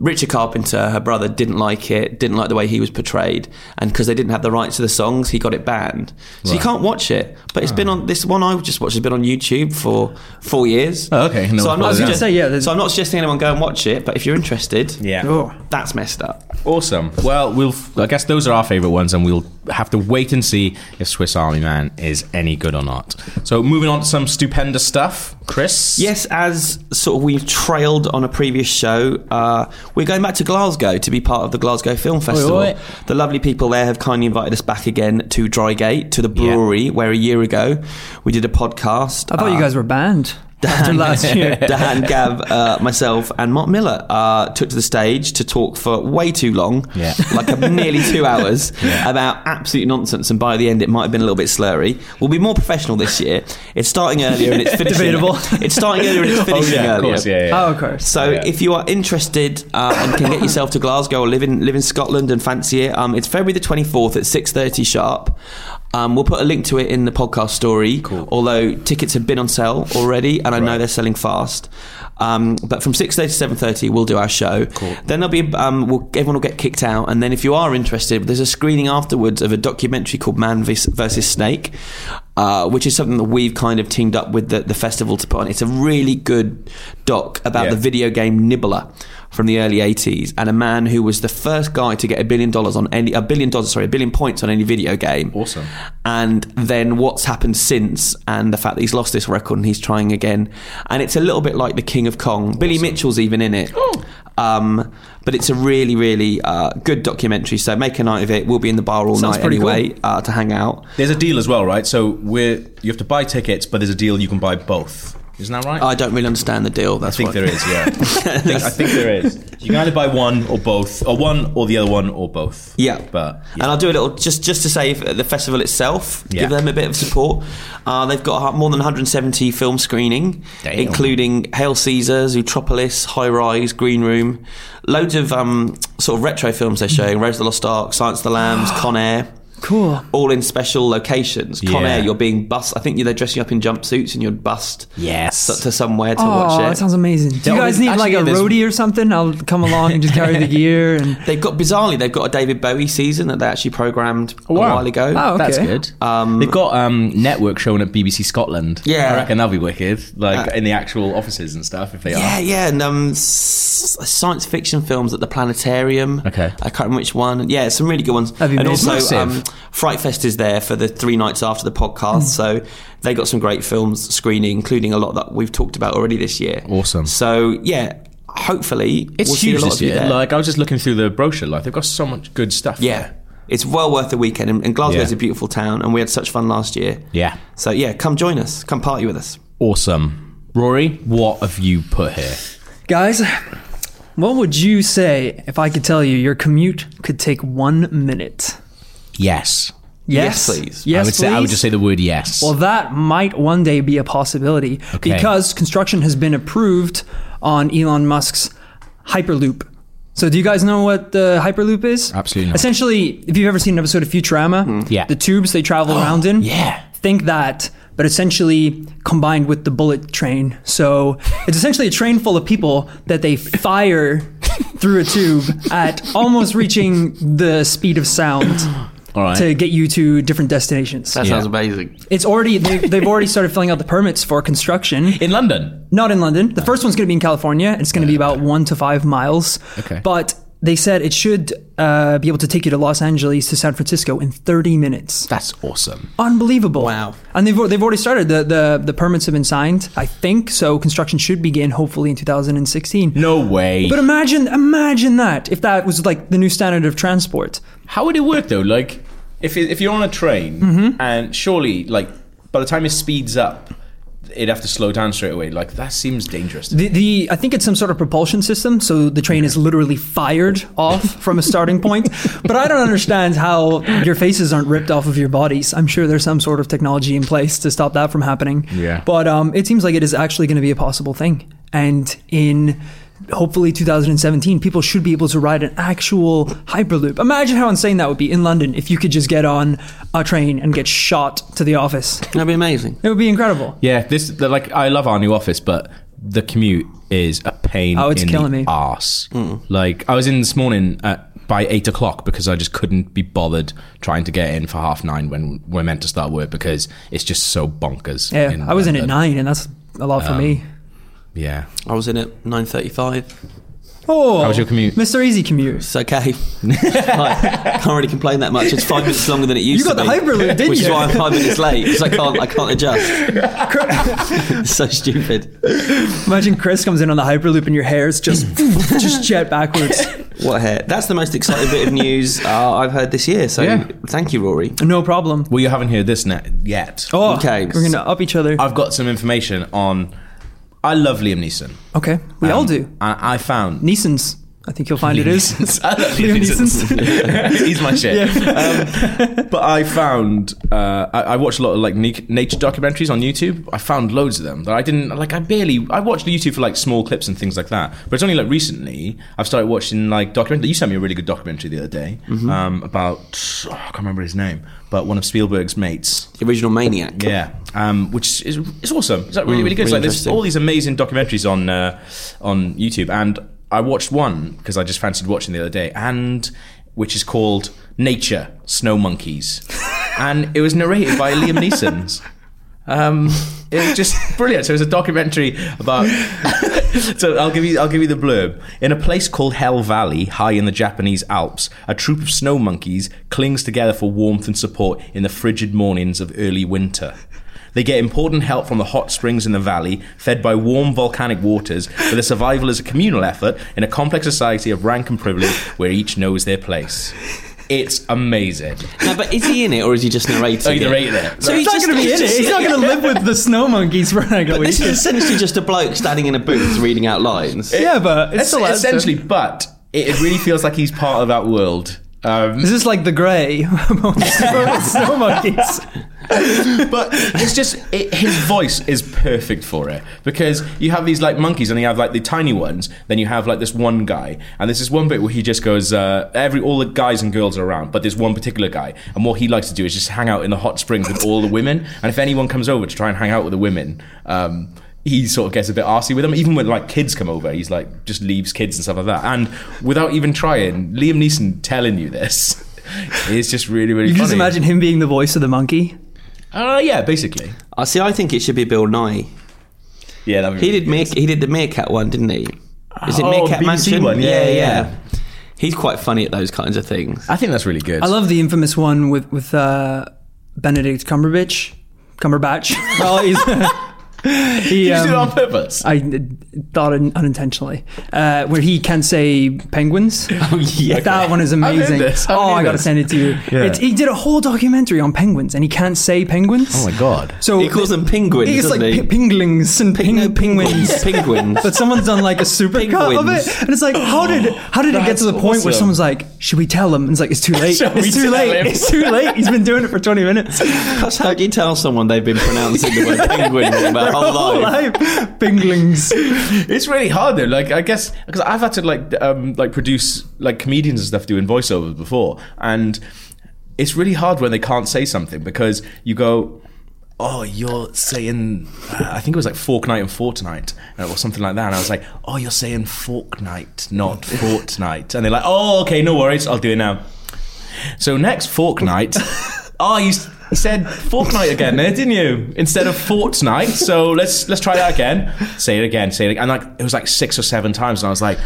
Speaker 1: Richard Carpenter, her brother, didn't like it, didn't like the way he was portrayed. And because they didn't have the rights to the songs, he got it banned. So you
Speaker 2: Right. Oh.
Speaker 1: can't watch it. But it's been on this one I just watched has been on YouTube for four years.
Speaker 2: Oh, okay. No,
Speaker 1: so, I'm
Speaker 2: I
Speaker 1: not
Speaker 2: was
Speaker 3: gonna
Speaker 1: suggest-
Speaker 3: say, yeah, there's-
Speaker 1: so I'm not suggesting anyone go and watch it, but if you're interested,
Speaker 2: Yeah.
Speaker 3: Oh.
Speaker 1: that's messed up.
Speaker 2: Awesome. Well, we'll. I guess those are our favorite ones, and we'll have to wait and see if Swiss Army Man is any good or not. So, moving on to some stupendous stuff, Chris.
Speaker 1: Yes, as sort of we've trailed on a previous show, uh, we're going back to Glasgow to be part of the Glasgow Film Festival.
Speaker 2: oi.
Speaker 1: The lovely people there have kindly invited us back again to Drygate, to the
Speaker 2: Yeah.
Speaker 1: brewery, where a year ago we did a podcast. Uh,
Speaker 3: I thought
Speaker 2: Ah.
Speaker 3: you guys were banned after last year.
Speaker 1: Dan, Gav, uh, myself, and Mark Miller uh, took to the stage to talk for way too long,
Speaker 2: Yeah.
Speaker 1: like nearly two hours, about absolute nonsense. And by the end, it might have been a little bit slurry. We'll be more professional this year. It's starting earlier and it's finishing.
Speaker 3: Debatable.
Speaker 1: It's starting earlier and it's finishing
Speaker 2: Oh, Yeah,
Speaker 1: earlier.
Speaker 2: of course. Yeah. yeah.
Speaker 3: Oh, of course.
Speaker 1: So
Speaker 2: Yeah.
Speaker 1: if you are interested uh, and can get yourself to Glasgow or live in live in Scotland and fancy it, um, it's February the twenty fourth at six thirty sharp. Um, we'll put a link to it in the podcast story.
Speaker 2: Cool.
Speaker 1: Although tickets have been on sale already, and I know they're selling fast. Um, but from six thirty to seven thirty, we'll do our show.
Speaker 2: Cool.
Speaker 1: Then there'll be um, we'll, everyone will get kicked out, and then if you are interested, there's a screening afterwards of a documentary called Man vs. versus Snake, uh, which is something that we've kind of teamed up with the, the festival to put on. It's a really good doc about
Speaker 2: Yeah.
Speaker 1: the video game Nibbler from the early 80s and a man who was the first guy to get a billion dollars on any a billion dollars sorry a billion points on any video game
Speaker 2: Awesome.
Speaker 1: and then what's happened since and the fact that he's lost this record and he's trying again and it's a little bit like the king of kong billy mitchell's even in it
Speaker 3: Oh.
Speaker 1: um, but it's a really really uh, good documentary so make a night of it we'll be in the bar all
Speaker 3: Sounds
Speaker 1: night
Speaker 3: pretty cool.
Speaker 1: anyway uh, to hang out
Speaker 2: There's a deal as well, right? So we're you have to buy tickets, but there's a deal you can buy both. Isn't that right?
Speaker 1: i don't really understand the deal
Speaker 2: I
Speaker 1: that's
Speaker 2: think
Speaker 1: what
Speaker 2: there is, yeah. I, think, I think there is. You can either buy one or both, or one or the other one or both.
Speaker 1: Yeah, Um,
Speaker 2: But
Speaker 1: and
Speaker 2: yeah.
Speaker 1: I'll do a little just just to say if- the festival itself,
Speaker 2: Yeah.
Speaker 1: give them a bit of support. Uh, they've got more than 170 film screening,
Speaker 2: Damn.
Speaker 1: including Hail Caesar, Zootropolis, High Rise, Green Room, loads of um, sort of retro films they're showing: Rose of the Lost Ark, Science of the Lambs, Con Air.
Speaker 3: Cool.
Speaker 1: All in special locations. Con
Speaker 2: Yeah.
Speaker 1: Air, you're being bussed. I think they're dressing up in jumpsuits and you're bussed
Speaker 2: Yes.
Speaker 1: to, to somewhere to
Speaker 3: Oh,
Speaker 1: watch it.
Speaker 3: that sounds amazing. Do you
Speaker 2: Yeah,
Speaker 3: guys need
Speaker 2: actually,
Speaker 3: like a
Speaker 2: yeah, there's-
Speaker 3: roadie or something? I'll come along and just carry the gear and.
Speaker 1: they've got bizarrely, they've got a David Bowie season that they actually programmed a
Speaker 2: wow.
Speaker 1: while ago.
Speaker 3: Oh, okay.
Speaker 2: That's good. They've got um, network showing at BBC Scotland.
Speaker 1: Yeah.
Speaker 2: I reckon that'll be wicked. Like
Speaker 1: Uh,
Speaker 2: in the actual offices and stuff, if they
Speaker 1: Yeah,
Speaker 2: are.
Speaker 1: yeah, and um, s- science fiction films at the planetarium.
Speaker 2: Okay.
Speaker 1: I can't remember which one. Yeah, some really good ones.
Speaker 3: That'd be
Speaker 1: and
Speaker 3: amazing.
Speaker 1: also, um,
Speaker 2: Massive. Hmm.
Speaker 1: Fright Fest is there for the three nights after the podcast, so they got some great films screening, including a lot that we've talked about already this year.
Speaker 2: Awesome.
Speaker 1: So yeah, hopefully
Speaker 2: It's
Speaker 1: we'll see
Speaker 2: huge
Speaker 1: a lot
Speaker 2: this
Speaker 1: of you
Speaker 2: year.
Speaker 1: there.
Speaker 2: Like I was just looking through the brochure. Like they've got so much good stuff.
Speaker 1: yeah, it's well worth the weekend, and, and Glasgow's
Speaker 2: Yeah.
Speaker 1: a beautiful town, and we had such fun last year.
Speaker 2: Yeah.
Speaker 1: So yeah, come join us, come party with us.
Speaker 2: Awesome. Rory, what have you put here?
Speaker 3: Guys, what would you say if I could tell you your commute could take one minute?
Speaker 2: Yes.
Speaker 1: Yes, please.
Speaker 2: I
Speaker 3: Yes,
Speaker 2: would say I would
Speaker 3: please?
Speaker 2: just say the word yes.
Speaker 3: Well, that might one day be a possibility
Speaker 2: Okay.
Speaker 3: because construction has been approved on Elon Musk's Hyperloop. So, do you guys know what the Hyperloop is?
Speaker 2: Absolutely not.
Speaker 3: Essentially, if you've ever seen an episode of Futurama,
Speaker 2: Yeah. Oh,
Speaker 3: the tubes they travel around in,
Speaker 2: yeah.
Speaker 3: think that, but essentially combined with the bullet train. So, it's essentially a train full of people that they fire through a tube at almost reaching the speed of sound.
Speaker 2: All right.
Speaker 3: To get you to different destinations
Speaker 1: That
Speaker 2: Yeah.
Speaker 1: sounds amazing.
Speaker 3: it's already they, they've already started filling out the permits for construction
Speaker 2: in London.
Speaker 3: not in london the first one's going to be in california and it's going to be about one to five miles
Speaker 2: Okay.
Speaker 3: but they said it should uh, be able to take you to los angeles to san francisco in 30 minutes
Speaker 2: That's awesome.
Speaker 3: unbelievable
Speaker 1: Wow.
Speaker 3: and they've, al- they've already started the, the, the permits have been signed i think so construction should begin hopefully in 2016
Speaker 2: No way.
Speaker 3: but imagine imagine that if that was like the new standard of transport
Speaker 2: How would it work though? Like,
Speaker 3: Mm-hmm.
Speaker 2: if if you're on a train and surely, like, by the time it speeds up, it'd have to slow down straight away. Like that seems dangerous.
Speaker 3: The, the I think it's some sort of propulsion system, so the train is literally fired off from a starting point. But I don't understand how your faces aren't ripped off of your bodies. I'm sure there's some sort of technology in place to stop that from happening.
Speaker 2: Yeah.
Speaker 3: But um, it seems like it is actually going to be a possible thing, and in hopefully 2017, people should be able to ride an actual hyperloop. Imagine how insane that would be in London if you could just get on a train and get shot to the office.
Speaker 1: That'd be amazing.
Speaker 3: It would be incredible.
Speaker 2: Yeah, this the, like I love our new office, but the commute is a pain.
Speaker 3: Oh, it's
Speaker 2: in
Speaker 3: killing
Speaker 2: the
Speaker 3: me.
Speaker 2: Arse. Like I was in this morning at, by eight o'clock because I just couldn't be bothered trying to get in for half nine when we're meant to start work because it's just so bonkers.
Speaker 3: Yeah, I was in at
Speaker 2: London. Um,
Speaker 3: nine, and that's a lot for me.
Speaker 2: Yeah,
Speaker 1: I was in at nine thirty-five.
Speaker 3: Oh,
Speaker 2: how was your commute?
Speaker 3: Mr. Easy commute.
Speaker 1: It's okay. like, can't really complain that much. It's five minutes longer than it used
Speaker 3: You got
Speaker 1: to
Speaker 3: the
Speaker 1: be.
Speaker 3: hyperloop, didn't
Speaker 1: which
Speaker 3: you?
Speaker 1: is why I'm five minutes late because I can't. I can't adjust. it's so stupid.
Speaker 3: Imagine Chris comes in on the hyperloop, and your hair's just just jet backwards.
Speaker 1: What hair? That's the most exciting bit of news uh, I've heard this year. So
Speaker 2: Yeah.
Speaker 1: thank you, Rory.
Speaker 3: No problem.
Speaker 2: well, you haven't heard this net yet.
Speaker 3: Oh,
Speaker 1: Okay.
Speaker 3: we're gonna up each other.
Speaker 2: I've got some information on. I love Liam Neeson.
Speaker 3: Okay, we all do.
Speaker 2: I, I found
Speaker 3: Neeson's. I think you'll find it is.
Speaker 2: I love
Speaker 3: Liam
Speaker 2: Liam Neeson. He's my shit. Um, but I found uh, I, I watched a lot of like ne- nature documentaries on YouTube. I found loads of them that I didn't like. I barely I watched YouTube for like small clips and things like that. But it's only like recently I've started watching like documentary. You sent me a really good documentary the other day um, about oh, I can't remember his name, but one of Spielberg's mates.
Speaker 1: The original maniac.
Speaker 2: Yeah, um, which is it's awesome. It's like really
Speaker 1: Mm,
Speaker 2: really good.
Speaker 1: really
Speaker 2: It's like there's
Speaker 1: interesting.
Speaker 2: all these amazing documentaries on uh, on YouTube, and I watched one because I just fancied watching the other day, and which is called Nature Snow Monkeys, and it was narrated by Liam Neeson's. Um, it was just brilliant. So it was a documentary about. so I'll give you I'll give you the blurb. In a place called Hell Valley, high in the Japanese Alps, a troop of snow monkeys clings together for warmth and support in the frigid mornings of early winter. They get important help from the hot springs in the valley, fed by warm volcanic waters, but their survival is a communal effort in a complex society of rank and privilege where each knows their place. It's amazing.
Speaker 1: No, but is he in it or is he just narrating?
Speaker 2: Oh, you
Speaker 1: it?
Speaker 2: narrated it.
Speaker 1: So
Speaker 3: he's, not
Speaker 1: just-
Speaker 3: gonna be in it.
Speaker 1: just-
Speaker 3: He's not gonna live with the snow monkeys for like a
Speaker 1: But
Speaker 3: week.
Speaker 1: this is essentially just a bloke standing in a booth reading out lines.
Speaker 3: yeah, but it's
Speaker 2: That's
Speaker 3: still
Speaker 2: essentially, but it, it really feels like he's part of that world. Um,
Speaker 3: Is this like the Grey among snow, snow monkeys?
Speaker 2: but it's just it, his voice is perfect for it because you have these like monkeys and you have like the tiny ones then you have like this one guy and there's this one bit where he just goes uh, every all the guys and girls are around but there's one particular guy and what he likes to do is just hang out in the hot springs with all the women and if anyone comes over to try and hang out with the women um, he sort of gets a bit arsy with them. Even when like kids come over, he's like just leaves kids and stuff like that. And without even trying, Liam Neeson telling you this is just really, really
Speaker 3: You can
Speaker 2: funny.
Speaker 3: just imagine him being the voice of the monkey.
Speaker 2: Uh, yeah, basically.
Speaker 1: I see. I think it should be Bill Nye.
Speaker 2: Yeah, that would
Speaker 1: He did Meer- he did the meerkat one, didn't he? Is it
Speaker 2: Oh,
Speaker 1: meerkat
Speaker 2: BBC
Speaker 1: mansion?
Speaker 2: one. Yeah, yeah.
Speaker 1: He's quite funny at those kinds of things.
Speaker 2: I think that's really good.
Speaker 3: I love the infamous one with with uh, Benedict Cumberbatch. Cumberbatch. Well, he's he.
Speaker 2: you did it on
Speaker 3: Um,
Speaker 2: purpose.
Speaker 3: I thought un- unintentionally, uh, where he can say penguins.
Speaker 1: Oh yeah.
Speaker 3: That one is
Speaker 2: heard
Speaker 3: amazing.
Speaker 2: this. I've
Speaker 3: Oh,
Speaker 2: heard
Speaker 3: I gotta
Speaker 2: this.
Speaker 3: send it to you.
Speaker 2: Yeah.
Speaker 3: It's, he did a whole documentary on penguins, and he can't say penguins.
Speaker 2: Oh god.
Speaker 3: So
Speaker 1: He calls them penguins,
Speaker 3: It's
Speaker 1: doesn't
Speaker 3: like
Speaker 1: he?
Speaker 3: pi- pinglings and ping-
Speaker 1: No,
Speaker 3: penguins.
Speaker 1: penguins.
Speaker 3: but someone's done like a super cut of
Speaker 1: Penguins.
Speaker 3: it, and it's like, how did how did it get
Speaker 2: That's
Speaker 3: to the point where
Speaker 2: awesome.
Speaker 3: someone's like, should we tell him? And it's like, it's too late.
Speaker 2: Shall we
Speaker 3: It's too
Speaker 2: tell
Speaker 3: late.
Speaker 2: him?
Speaker 3: It's too late. He's been doing it for twenty minutes.
Speaker 1: That's how you tell someone they've been pronouncing the word penguin wrong their whole
Speaker 3: Whole
Speaker 1: life.
Speaker 3: life. Pinglings.
Speaker 2: It's really hard though. Like I guess because I've had to like d- um, like produce like comedians and stuff doing voiceovers before, and it's really hard when they can't say something because you go. Oh, you're saying, uh, I think it was like Fork Night and Fortnite uh, or something like that. And I was like, oh, you're saying Fork Night, not Fortnite. And they're like, oh, okay, no worries, I'll do it now. So next Fortnite. oh, you, s- you said Fortnite again there, didn't you? Instead of Fortnite. So let's let's try that again. Say it again. Say it again. And like it was like six or seven times, and I was like.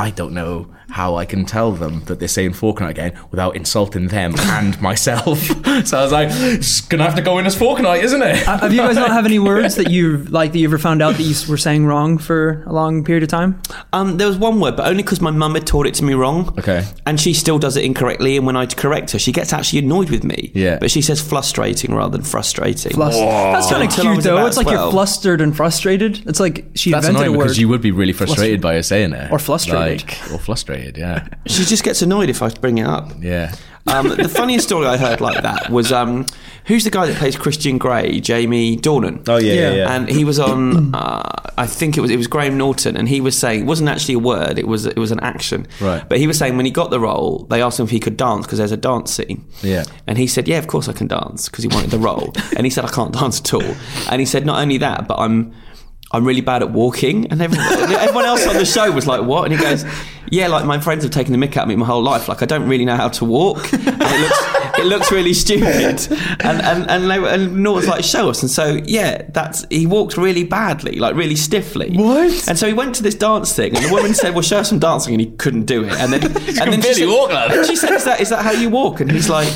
Speaker 2: I don't know how I can tell them that they're saying Faulkner again without insulting them and myself. So I was like, it's gonna have to go in as Faulkner, isn't it?
Speaker 3: Uh, Have you guys not have any words that you like that you ever found out that you s- were saying wrong for a long period of time?
Speaker 1: Um, there was one word, but only because my mum had taught it to me wrong.
Speaker 2: Okay.
Speaker 1: And she still does it incorrectly. And when I correct her, she gets actually annoyed with me.
Speaker 2: Yeah.
Speaker 1: But she says frustrating rather than frustrating.
Speaker 3: Flust- That's kind of
Speaker 1: Until I
Speaker 3: cute
Speaker 1: was
Speaker 3: though.
Speaker 1: about
Speaker 3: It's like you're
Speaker 1: 12.
Speaker 3: flustered and frustrated. It's like she
Speaker 2: That's
Speaker 3: invented
Speaker 2: annoying
Speaker 3: a word.
Speaker 2: because you would be really frustrated by her saying it.
Speaker 3: Or frustrated.
Speaker 2: Like, or frustrated, yeah.
Speaker 1: she just gets annoyed if I bring it up.
Speaker 2: Yeah.
Speaker 1: Um, the funniest story I heard like that was um, who's the guy that plays Christian Grey? Jamie Dornan.
Speaker 2: Oh,
Speaker 3: Yeah. yeah.
Speaker 1: And he was on, uh, I think it was it was Graham Norton, and he was saying it wasn't actually a word, it was it was an action.
Speaker 2: Right.
Speaker 1: But he was saying when he got the role, they asked him if he could dance because there's a dance scene.
Speaker 2: Yeah.
Speaker 1: And he said, yeah, of course I can dance because he wanted the role. and he said, I can't dance at all. And he said, not only that, but I'm. I'm really bad at walking, and everyone, everyone else on the show was like, "What?" And he goes, "Yeah, like my friends have taken the mick out of me my whole life. Like I don't really know how to walk. And it looks, it looks really stupid." And and and, they were, and Norton's like, "Show us." And so yeah, that's he walked really badly, like really stiffly.
Speaker 3: What?
Speaker 1: And so he went to this dance thing, and the woman said, "Well, show us some dancing," and he couldn't do it. And then and then she
Speaker 2: barely
Speaker 1: said,
Speaker 2: walk like that.
Speaker 1: she said, "Is that is that how you walk?" And he's like,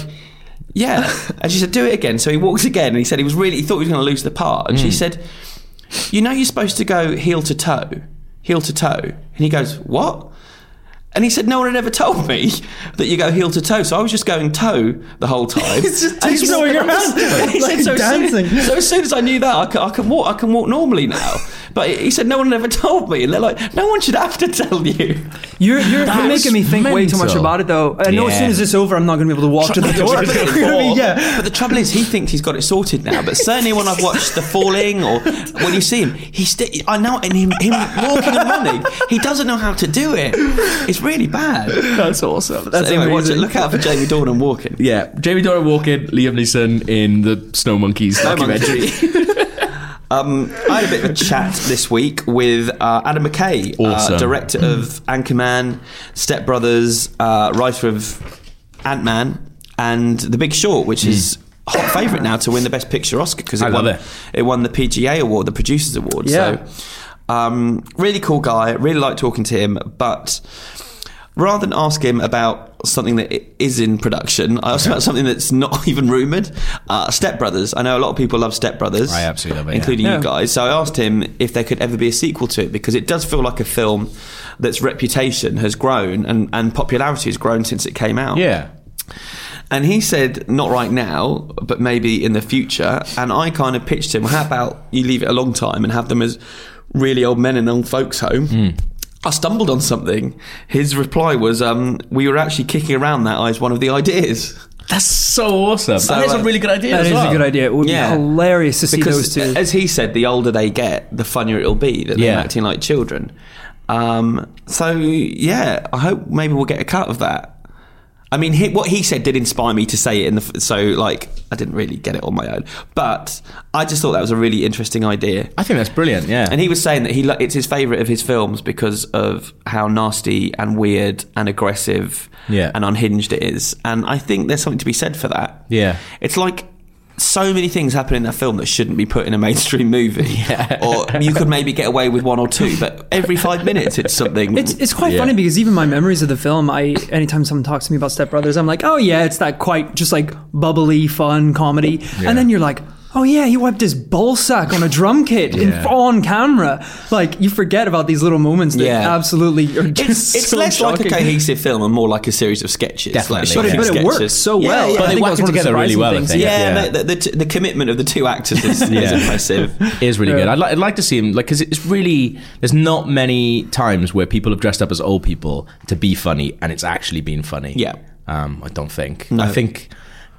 Speaker 1: "Yeah." And she said, "Do it again." So he walked again, and he said he was really he thought he was going to lose the part. And she said, "You know, you're supposed to go heel to toe, heel to toe." And he goes, "What?" And he said, "No one had ever told me that you go heel to toe, so I was just going toe the whole time."
Speaker 3: He's just
Speaker 1: And he's
Speaker 3: tiptoeing
Speaker 1: walking
Speaker 3: around,
Speaker 1: And he
Speaker 3: like
Speaker 1: said, so as soon-
Speaker 3: dancing.
Speaker 1: so as soon as I knew that, I can, I can walk. I can walk normally now. But he said, "No one had ever told me," and they're like, "No one should have to tell you."
Speaker 3: You're, you're, you're
Speaker 2: That's
Speaker 3: making me think way too much
Speaker 2: mental.
Speaker 3: about it, though. I know as
Speaker 2: Yeah.
Speaker 3: soon as it's over, I'm not going to be able to walk to the door.
Speaker 2: Trying to get
Speaker 3: I mean, yeah.
Speaker 1: But the trouble is, he thinks he's got it sorted now. But certainly when I've watched The Falling or when you see him, he sti I know, and him, him walking and running, he doesn't know how to do it. It's really bad.
Speaker 3: That's awesome. That's
Speaker 1: so anyway, watch it.
Speaker 3: amazing.
Speaker 1: Look out for Jamie Dornan walking.
Speaker 2: Yeah. Jamie Doran walking, Liam Neeson in the Snow Monkeys documentary.
Speaker 1: um, I had a bit of a chat this week with uh, Adam McKay,
Speaker 2: Awesome.
Speaker 1: uh, director of Anchorman, Step Brothers, uh, writer of Ant Man, and The Big Short, which is hot favourite now to win the Best Picture Oscar because
Speaker 2: Mm. I
Speaker 1: it,
Speaker 2: love
Speaker 1: won-
Speaker 2: it.
Speaker 1: it won the PGA award, the Producers Award.
Speaker 3: Yeah.
Speaker 1: So, um, really cool guy. Really like talking to him, but. Rather than ask him about something that i- is in production, I asked about something that's not even rumored. Uh, Step Brothers. I know a lot of people love Step Brothers.
Speaker 2: I absolutely love it, yeah.
Speaker 1: including you
Speaker 3: Yeah.
Speaker 1: guys. So I asked him if there could ever be a sequel to it because it does feel like a film that's reputation has grown and, and popularity has grown since it came out.
Speaker 2: Yeah.
Speaker 1: And he said, not right now, but maybe in the future. And I kind of pitched him, how about you leave it a long time and have them as really old men in old folks' home? I stumbled on something. His reply was, um, we were actually kicking around that as one of the ideas.
Speaker 2: That's so awesome.
Speaker 1: So,
Speaker 2: and it's a
Speaker 1: uh,
Speaker 2: really good idea.
Speaker 3: That
Speaker 2: as
Speaker 3: is
Speaker 2: well.
Speaker 3: a good idea. It would
Speaker 1: Yeah.
Speaker 3: be hilarious to see
Speaker 1: because
Speaker 3: those two.
Speaker 1: as he said the older they get the funnier it'll be that they're
Speaker 2: Yeah.
Speaker 1: acting like children um, so yeah i hope maybe we'll get a cut of that i mean he, what he said did inspire me to say it in the f- so like i didn't really get it on my own but i just thought that was a really interesting idea
Speaker 2: I think that's brilliant, yeah.
Speaker 1: and he was saying that he lo- it's his favorite of his films because of how nasty and weird and aggressive
Speaker 2: Yeah.
Speaker 1: and unhinged it is and i think there's something to be said for that
Speaker 2: Yeah.
Speaker 1: it's like so many things happen in that film that shouldn't be put in a mainstream movie or you could maybe get away with one or two but every five minutes it's something
Speaker 3: It's, it's quite
Speaker 2: Yeah.
Speaker 3: funny because even my memories of the film, I anytime someone talks to me about Step Brothers, I'm like, oh yeah, it's that quite just like bubbly, fun comedy. And then you're like, oh yeah, he wiped his ball sack on a drum kit in,
Speaker 2: Yeah.
Speaker 3: on camera. Like you forget about these little moments that
Speaker 1: Yeah.
Speaker 3: absolutely are
Speaker 1: it's,
Speaker 3: just
Speaker 1: it's
Speaker 3: so
Speaker 1: less
Speaker 3: shocking.
Speaker 1: like a cohesive film and more like a series of sketches
Speaker 2: Definitely,
Speaker 1: like
Speaker 2: But it-
Speaker 1: shocking
Speaker 2: but
Speaker 3: it works
Speaker 1: sketches.
Speaker 3: so well.
Speaker 1: yeah, yeah.
Speaker 3: But I
Speaker 2: they
Speaker 3: think
Speaker 2: work
Speaker 3: that's one of the
Speaker 2: together really
Speaker 3: surprising
Speaker 2: well,
Speaker 3: things.
Speaker 2: I think.
Speaker 1: Yeah, no, The, the, t- the commitment of the two actors is, is
Speaker 2: Yeah.
Speaker 1: impressive.
Speaker 2: It is really
Speaker 3: Yeah.
Speaker 2: good. I'd, li- I'd like to see him like because it's really there's not many times where people have dressed up as old people to be funny and it's actually been funny.
Speaker 1: Yeah.
Speaker 2: um, I don't think.
Speaker 1: No.
Speaker 2: I think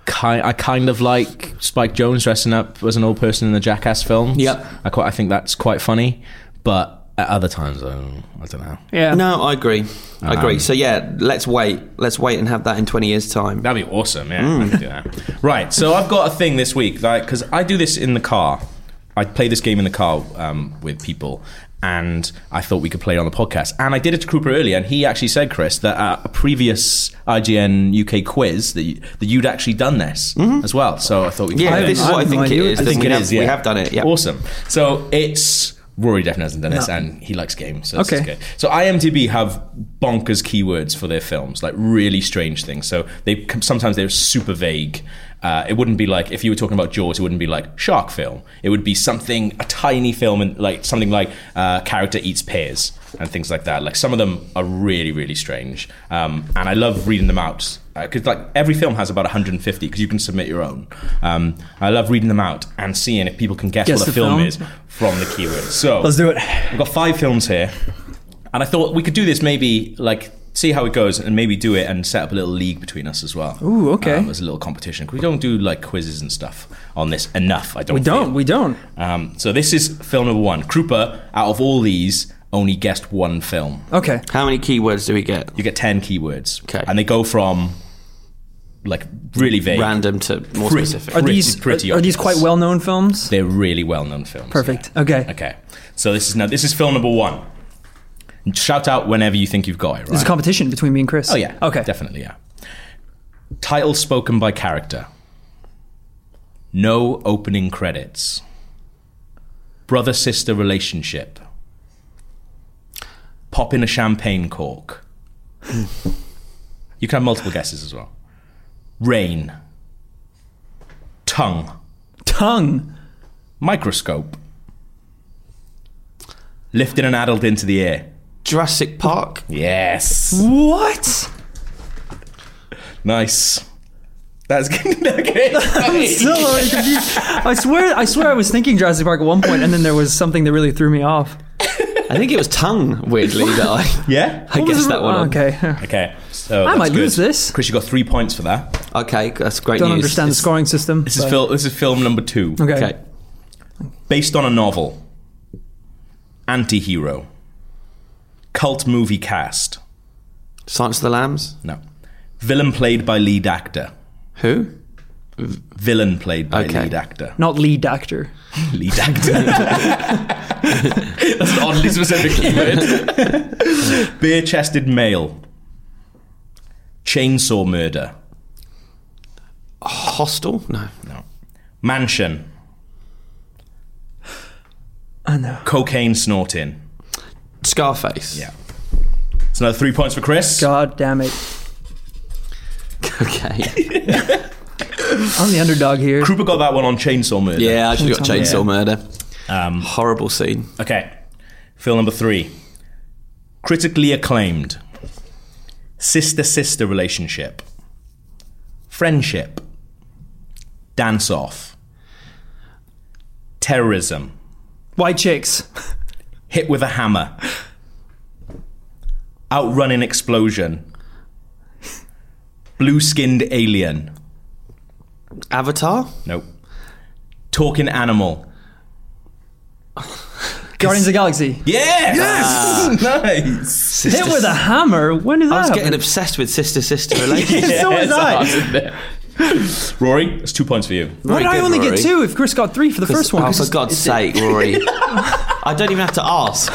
Speaker 2: ki- I kind of like Spike Jones dressing up as an old person in the Jackass films.
Speaker 1: Yep.
Speaker 2: I quite I think that's quite funny, but at other times I don't, I don't know.
Speaker 3: yeah.
Speaker 1: No, I agree. I agree.
Speaker 2: Um,
Speaker 1: So yeah, let's wait. Let's wait and have that in twenty years' time.
Speaker 2: That'd be awesome. Yeah,
Speaker 1: Mm.
Speaker 2: I could do that. Right. So I've got a thing this week because I do this in the car. I play this game in the car um, with people, and I thought we could play it on the podcast. And I did it to Cooper earlier, and he actually said, Chris, that uh, a previous IGN UK quiz that, you, that you'd actually done this as well. So I thought we
Speaker 1: Mm-hmm.
Speaker 2: could
Speaker 1: Yeah,
Speaker 2: play
Speaker 3: I
Speaker 1: this is
Speaker 3: I
Speaker 1: what I
Speaker 3: have no
Speaker 1: think it
Speaker 3: idea.
Speaker 1: is.
Speaker 2: I think
Speaker 1: we
Speaker 2: it
Speaker 1: have,
Speaker 2: is. Yeah,
Speaker 1: We have done it. Yeah.
Speaker 2: Awesome. So it's Rory definitely hasn't done this,
Speaker 3: No.
Speaker 2: and he likes games. So okay.
Speaker 3: Okay.
Speaker 2: good. So IMDb have bonkers keywords for their films, like really strange things. So they sometimes they're super vague. Uh, it wouldn't be like if you were talking about Jaws, it wouldn't be like shark film. It would be something a tiny film and like something like uh, character eats pears and things like that. Like some of them are really really strange, um, and I love reading them out because like every film has about 150 because you can submit your own. Um, I love reading them out and seeing if people can guess,
Speaker 3: Guess
Speaker 2: what a
Speaker 3: the
Speaker 2: film,
Speaker 3: film.
Speaker 2: is from the keywords. So
Speaker 3: Let's do it.
Speaker 2: We've got five films here, and I thought we could do this maybe like see how it goes, and maybe do it and set up a little league between us as well.
Speaker 3: Ooh, okay.
Speaker 2: Um, as a little competition, 'Cause we don't do like quizzes and stuff on this enough. I don't.
Speaker 3: We don't.
Speaker 2: feel.
Speaker 3: We don't.
Speaker 2: Um, so this is film number one. Krupa, out of all these, only guessed one film.
Speaker 3: Okay.
Speaker 1: How many keywords do we get?
Speaker 2: You get ten keywords,
Speaker 1: Okay.
Speaker 2: and they go from like really vague.
Speaker 1: Random to more
Speaker 2: Pretty-
Speaker 1: specific.
Speaker 3: Are
Speaker 2: Pretty-
Speaker 3: these
Speaker 2: pretty
Speaker 3: are, are these
Speaker 2: obvious.
Speaker 3: quite well known films?
Speaker 2: They're really well-known films.
Speaker 3: Perfect.
Speaker 2: yeah.
Speaker 3: Okay.
Speaker 2: Okay. So this is now this is film number one. Shout out whenever you think you've got it. Right?
Speaker 3: There's a competition between me and Chris.
Speaker 2: Oh yeah.
Speaker 3: Okay.
Speaker 2: Definitely yeah. Title spoken by character. No opening credits. Brother sister relationship. Pop in a champagne cork. you can have multiple guesses as well. Rain. Tongue.
Speaker 3: Tongue.
Speaker 2: Microscope. Lifting an adult into the air.
Speaker 1: Jurassic Park.
Speaker 2: Yes.
Speaker 3: What?
Speaker 2: Nice. That's good.
Speaker 3: I'm
Speaker 2: okay.
Speaker 3: still already confused. I swear, I swear, I was thinking Jurassic Park at one point, and then there was something that really threw me off.
Speaker 1: I think it was tongue, weirdly, that I,
Speaker 2: Yeah.
Speaker 1: I
Speaker 3: What was
Speaker 1: guessed
Speaker 3: the-
Speaker 1: that one.
Speaker 3: oh,
Speaker 1: on.
Speaker 3: okay.
Speaker 2: Okay. So
Speaker 3: I
Speaker 2: that's
Speaker 3: might
Speaker 2: good.
Speaker 3: lose this.
Speaker 2: Chris, you got three points for that.
Speaker 1: Okay, that's great
Speaker 3: Don't
Speaker 1: news.
Speaker 3: understand the scoring system.
Speaker 2: This is
Speaker 3: but-
Speaker 2: film. This is film number two,
Speaker 3: Okay.
Speaker 1: Okay.
Speaker 2: based on a novel. Anti-hero. Cult movie cast.
Speaker 1: Science of the Lambs.
Speaker 2: No. Villain played by lead actor.
Speaker 1: Who?
Speaker 2: Villain played by
Speaker 1: Okay.
Speaker 2: lead actor.
Speaker 3: Not lead actor.
Speaker 2: Lead actor. That's an oddly specific keyword. Bare-chested male. Chainsaw murder.
Speaker 1: Hostel? No.
Speaker 2: No. Mansion.
Speaker 3: I know.
Speaker 2: Cocaine snorting.
Speaker 1: Scarface.
Speaker 2: Yeah. It's another three points for Chris.
Speaker 3: God damn it!
Speaker 1: Okay.
Speaker 3: I'm the underdog here.
Speaker 2: Krupa got that one on Chainsaw Murder.
Speaker 1: yeah, I should have got
Speaker 3: Chainsaw
Speaker 1: Chainsaw Murder.
Speaker 2: Um,
Speaker 1: Horrible scene.
Speaker 2: okay. Film number three. Critically acclaimed. Sister sister relationship. Friendship. Dance off. Terrorism.
Speaker 3: White chicks.
Speaker 2: Hit with a hammer. Outrunning explosion. Blue skinned alien.
Speaker 1: Avatar?
Speaker 2: Nope. Talking animal.
Speaker 3: Guardians of the Galaxy.
Speaker 2: Yes! Yes! nice!
Speaker 3: Hit with a hammer. When did that?
Speaker 1: I was
Speaker 3: happen?
Speaker 1: getting obsessed with sister sister relationship.
Speaker 3: so was I.
Speaker 2: Rory, that's two points for you.
Speaker 3: Why did I
Speaker 1: good,
Speaker 3: only get
Speaker 1: Rory.
Speaker 3: two if Chris got three for the first one?
Speaker 1: Oh,
Speaker 3: 'Cause
Speaker 1: for
Speaker 3: it's-
Speaker 1: God's
Speaker 3: it's-
Speaker 1: sake, Rory. I don't even have to ask.